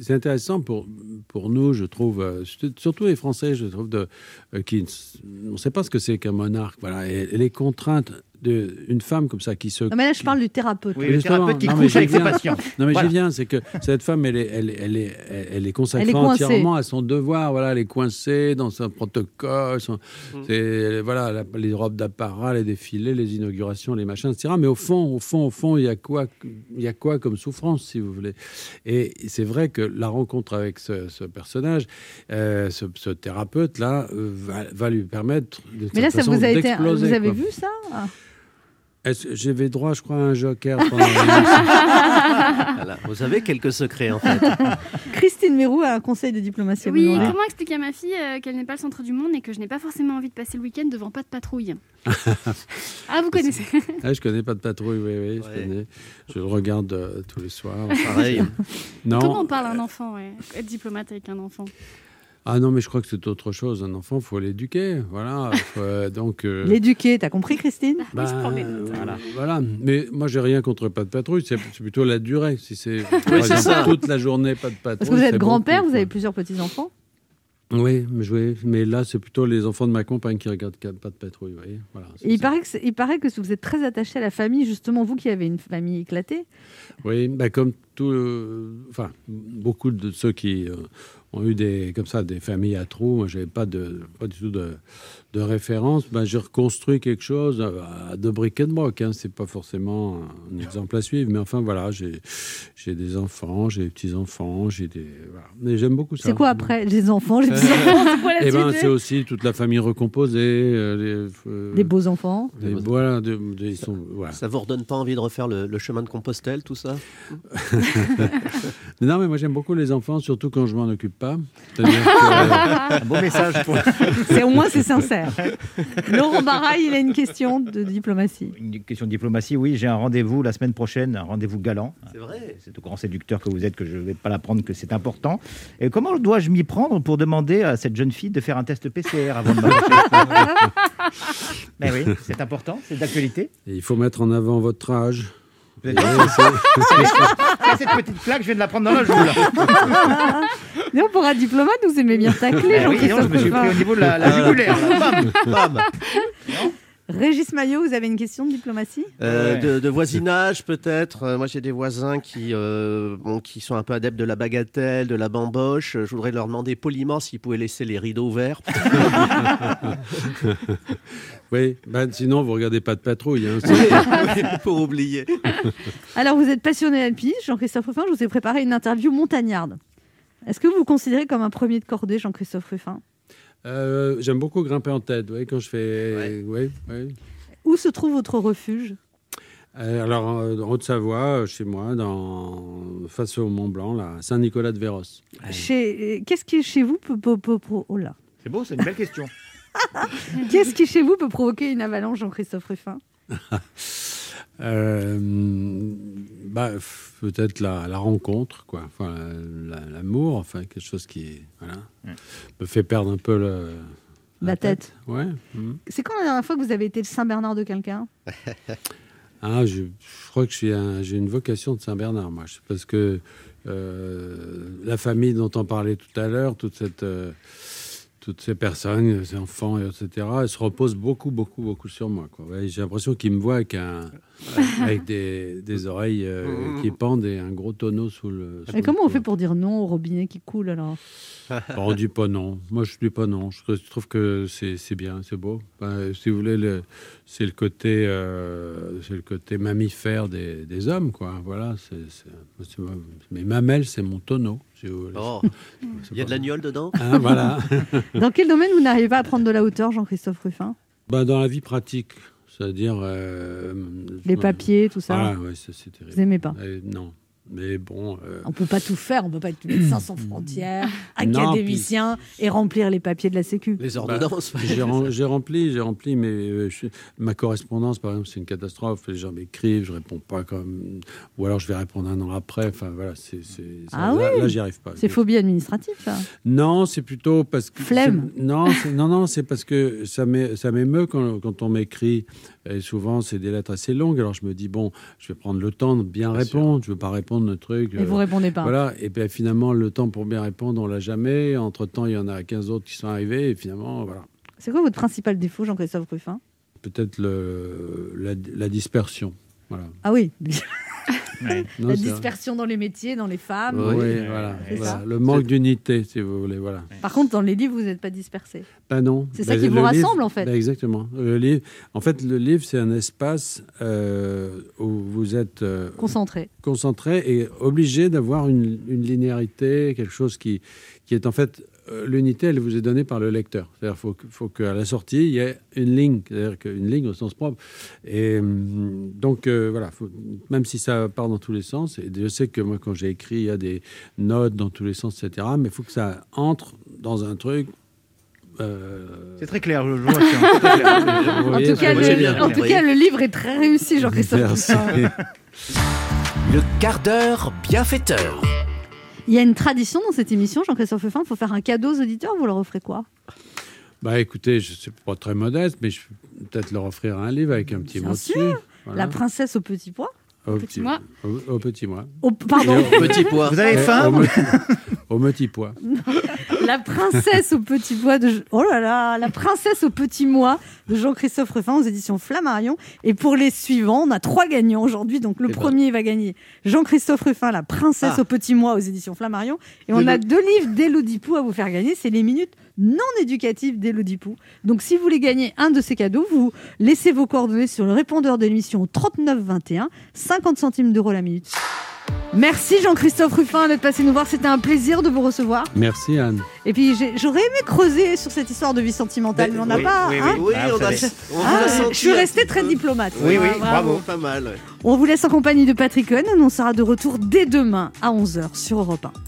J: c'est intéressant pour, pour nous, je trouve, euh, surtout- surtout les Français, je trouve, de, euh, qui ne s- on ne sait pas ce que c'est qu'un monarque. Voilà, et, et les contraintes d'une femme comme ça qui se
C: Non, mais là, je parle du thérapeute.
J: mais justement, non, mais j'y viens. Non, mais
C: Voilà.
J: j'y viens, c'est que cette femme, elle est, elle, elle est, elle, elle est consacrée
C: Elle est coincée.
J: entièrement à son devoir. Voilà, elle est coincée dans son protocole. son- c'est- voilà, la- les robes d'apparat, les défilés, les inaugurations, les machins, etc. Mais au fond, au fond, au fond, il y a quoi, il y a quoi comme souffrance, si vous voulez. Et c'est vrai que la rencontre avec ce, ce personnage, euh, ce, ce thérapeute-là, euh, va, va lui permettre. d'une
C: Mais là, ça
J: certaine
C: vous a
J: façon,
C: été, vous
J: d'exploser,
C: avez
J: quoi.
C: vu ça
J: Est-ce- J'avais droit, je crois, à un joker pendant
E: Voilà, Vous avez quelques secrets, en fait.
C: Christine Mérou a un conseil de diplomatie. à vous
A: Oui,
C: demander.
A: comment expliquer à ma fille euh, qu'elle n'est pas le centre du monde et que je n'ai pas forcément envie de passer le week-end devant pas de patrouille Ah, vous connaissez
J: Ah, je connais pas de patrouille, oui, oui, je connais. Je le regarde euh, tous les soirs.
E: Pareil.
A: Comment
J: Non.
A: on parle à un enfant ouais. Être diplomate avec un enfant.
J: Ah non, mais je crois que c'est autre chose. Un enfant, faut l'éduquer. Voilà. Faut, euh, donc. euh,
C: L'éduquer, t'as compris, Christine
J: bah, voilà. voilà. Mais moi, j'ai rien contre pas de patrouille. C'est c'est plutôt la durée. Si c'est par
C: c'est ça.
J: toute la journée pas de patrouille.
C: Parce que vous
J: c'est
C: êtes
J: beaucoup.
C: grand-père, vous avez plusieurs petits-enfants.
J: Oui, mais, je- oui, mais là, c'est plutôt les enfants de ma compagne qui regardent ca- pas de patrouille. vous voyez. Voilà.
C: Et il paraît, que c'est- il paraît que vous êtes très attaché à la famille, justement, vous qui avez une famille éclatée.
J: Oui, bah, comme tout, euh, enfin, beaucoup de ceux qui euh, ont eu des, comme ça, des familles à trous, moi, j'avais pas de, pas du tout de, de référence. Ben, j'ai reconstruit quelque chose euh, de brick and broc. Hein. C'est pas forcément un exemple à suivre, mais enfin voilà, j'ai, j'ai des enfants, j'ai des petits enfants, j'ai des, voilà. Mais j'aime beaucoup ça. Euh,
C: C'est quoi après Les enfants, les petits enfants, c'est quoi la
J: Eh ben,
C: suite
J: c'est aussi toute la famille recomposée. euh, les, euh,
C: Des beaux enfants.
J: des- voilà, des- des- ils sont, voilà.
E: Ça vous redonne pas envie de refaire le, le chemin de Compostelle, tout ça
J: Non, mais moi j'aime beaucoup les enfants, surtout quand je m'en occupe pas. C'est-à-dire que- euh,
C: Un beau message pour- C'est- au moins, c'est sincère. Laurent Barra, il a une question de diplomatie.
D: Une question de diplomatie, oui. J'ai un rendez-vous la semaine prochaine, un rendez-vous galant. C'est
E: vrai.
D: C'est au grand séducteur que vous êtes que je ne vais pas l'apprendre que c'est important. Et comment dois-je m'y prendre pour demander à cette jeune fille de faire un test PCR avant de m'approcher Mais oui, c'est important, c'est d'actualité.
J: Et il faut mettre en avant votre âge.
D: Vous êtes-
J: Et c'est-
D: C'est- Cette petite plaque, je viens de la prendre dans la joue. là.
C: Non, pour un diplomate, nous aimait bien tacler.
D: Ah oui, dis donc, je me suis pris au niveau de la, la jugulaire. là. Bam, bam.
C: Régis Maillot, vous avez une question de diplomatie
E: Euh,
D: Ouais.
E: de, de voisinage peut-être. Euh, moi j'ai des voisins qui, euh, bon, qui sont un peu adeptes de la bagatelle, de la bamboche. Euh, Je voudrais leur demander poliment s'ils pouvaient laisser les rideaux ouverts.
J: oui, ben, sinon vous regardez pas de patrouille. hein,
E: c'est- pour oublier.
C: Alors, vous êtes passionné alpiniste, Jean-Christophe Ruffin, je vous ai préparé une interview montagnarde. Est-ce que vous vous considérez comme un premier de cordée, Jean-Christophe Ruffin
J: Euh, J'aime beaucoup grimper en tête, ouais, quand je fais. ouais, ouais.
C: Où se trouve votre refuge
J: Euh, alors, en en Haute-Savoie, euh, chez moi, dans... face au Mont Blanc, là, à Saint-Nicolas-de-Véros.
C: Chez- euh, Qu'est-ce qui, chez vous, peut, peut- peut- peut- oh là.
D: C'est beau, c'est une belle question.
C: Qu'est-ce qui, chez vous, peut provoquer une avalanche, Jean-Christophe Ruffin
J: Euh, bah, f- peut-être la, la rencontre, quoi. Enfin, la- la- l'amour, enfin, quelque chose qui voilà, me fait perdre un peu le.
C: La tête.
J: Ouais. mhm.
C: C'est quand la dernière fois que vous avez été le Saint-Bernard de quelqu'un
J: Ah, je, je crois que je suis un- j'ai une vocation de Saint-Bernard, moi. Je- Parce que euh, la famille dont on parlait tout à l'heure, toute cette, euh, toutes ces personnes, ces enfants, etc., elles se reposent beaucoup, beaucoup, beaucoup sur moi. quoi. Ouais, j'ai l'impression qu'ils me voient avec, un, avec des, des oreilles euh, qui pendent et un gros tonneau sous le. sous
C: Et
J: le
C: comment on fait pour dire non au robinet qui coule alors
J: Bon, on dit Oh, pas non. Moi, je dis pas non. Je trouve- je trouve que c'est c'est bien, c'est beau. Ben, si vous voulez, le- c'est le côté, euh, c'est le côté mammifère des, des hommes, quoi. Voilà. c'est- c'est- moi, c'est ma- mes mamelles, c'est mon tonneau. si vous voulez.
E: Oh, il y a de l'agnole dedans
J: Hein, voilà.
C: Dans quel domaine vous n'arrivez pas à prendre de la hauteur, Jean-Christophe Ruffin
J: Ben, dans la vie pratique, c'est-à-dire euh,
C: Les
J: je-
C: papiers, tout ça.
J: Ah ouais, ça, c'est terrible.
C: Vous aimez pas
J: Eh, Non. Mais bon. euh,
C: On peut pas tout faire, on peut pas être médecin sans frontières,
J: Non,
C: académicien et remplir les papiers de la Sécu.
E: Les ordonnances.
J: Bah, j'ai, rem- j'ai rempli, j'ai rempli, mais euh, je- ma correspondance, par exemple, c'est une catastrophe. Les gens m'écrivent, je réponds pas comme, ou alors je vais répondre un an après. Enfin voilà, c'est, c'est- ça-
C: Ah
J: là,
C: oui
J: là, j'y arrive pas.
C: C'est phobie administrative, ça.
J: Non, c'est plutôt parce que
C: Flemme.
J: c'est- Non, c'est- non, non, c'est parce que ça m'é- ça m'émeut quand, quand on m'écrit. Et souvent, c'est des lettres assez longues. Alors je me dis bon, je vais prendre le temps de bien répondre. Je veux pas répondre le truc.
C: Et vous
J: euh,
C: répondez pas.
J: Voilà. Et puis finalement, le temps pour bien répondre, on l'a jamais. Entre temps, il y en a 15 autres qui sont arrivés. Et finalement, voilà.
C: C'est quoi votre principal défaut, Jean-Christophe Ruffin
J: peut-être le- la, la dispersion. Voilà.
C: Ah oui,
J: Non,
C: la
J: c'est vrai.
C: dispersion dans les métiers, dans les femmes.
J: Oui, voilà,
C: C'est
J: voilà.
C: ça.
J: Le manque d'unité, si vous voulez. Voilà.
C: Par contre, dans les livres, vous n'êtes pas dispersé.
J: Ben non.
C: C'est ça
J: Ben,
C: qui vous
J: le
C: rassemble,
J: livre-
C: en fait.
J: ben exactement. Le livre, en fait, le livre, c'est un espace euh, où vous êtes euh,
C: Concentré.
J: concentré et obligé d'avoir une, une linéarité, quelque chose qui, qui est en fait. euh, L'unité, elle vous est donnée par le lecteur. C'est-à-dire qu'il faut, que- faut qu'à la sortie, il y ait une ligne, c'est-à-dire qu'une ligne au sens propre. Et hum, donc, euh, voilà, faut- même si ça part dans tous les sens, et je sais que moi, quand j'ai écrit, il y a des notes dans tous les sens, etc., mais il faut que ça entre dans un truc. euh,
D: C'est très clair, je je vois. c'est très clair.
J: Vous
C: En
J: voyez
C: tout,
J: ce
C: cas,
J: que je veux
C: le,
J: dire
C: en tout cas, le livre est très réussi, Jean-Christophe
J: Merci.
C: Ruffin.
B: Le quart d'heure bienfaiteur.
C: Il y a une tradition dans cette émission, Jean-Christophe Ruffin, il faut faire un cadeau aux auditeurs, vous leur offrez quoi
J: Bah écoutez, je suis pas très modeste, mais je peux peut-être leur offrir un livre avec un petit
C: Bien
J: mot
C: sûr.
J: dessus.
C: La princesse au petit pois
J: au
C: petit mois.
J: Au, au petit mois.
C: Au- pardon.
J: Et
C: Vous avez
J: Et
C: faim
J: Au, moti- au petit pois.
C: La princesse au petit bois de oh là là, la princesse au petit mois de Jean-Christophe Ruffin aux éditions Flammarion. Et pour les suivants, on a trois gagnants aujourd'hui. Donc le premier va gagner Jean-Christophe Ruffin, la princesse
N: Ah.
C: au petit mois aux éditions Flammarion. Et on
N: Le-
C: a deux livres d'Élodie Pou à vous faire gagner. C'est les minutes non éducatives d'Élodie Pou. Donc si vous voulez gagner un de ces cadeaux, vous laissez vos coordonnées sur le répondeur de l'émission au 3921, 50 centimes d'euros la minute. Merci Jean-Christophe Ruffin d'être passé nous voir. C'était un plaisir de vous recevoir.
J: Merci Anne.
C: Et puis j'ai- j'aurais aimé creuser sur cette histoire de vie sentimentale, mais on n'a
J: Ben, oui,
C: pas.
J: oui,
C: hein
J: oui, oui, Ah, on vous a- savez. on vous a senti
C: je suis
J: un
C: restée
J: petit
C: très
J: peu.
C: diplomate.
E: Oui, oui,
C: Voilà,
E: bravo. Pas mal. ouais.
C: On vous laisse en compagnie de Patrick Cohen. On sera de retour dès demain à 11h sur Europe 1.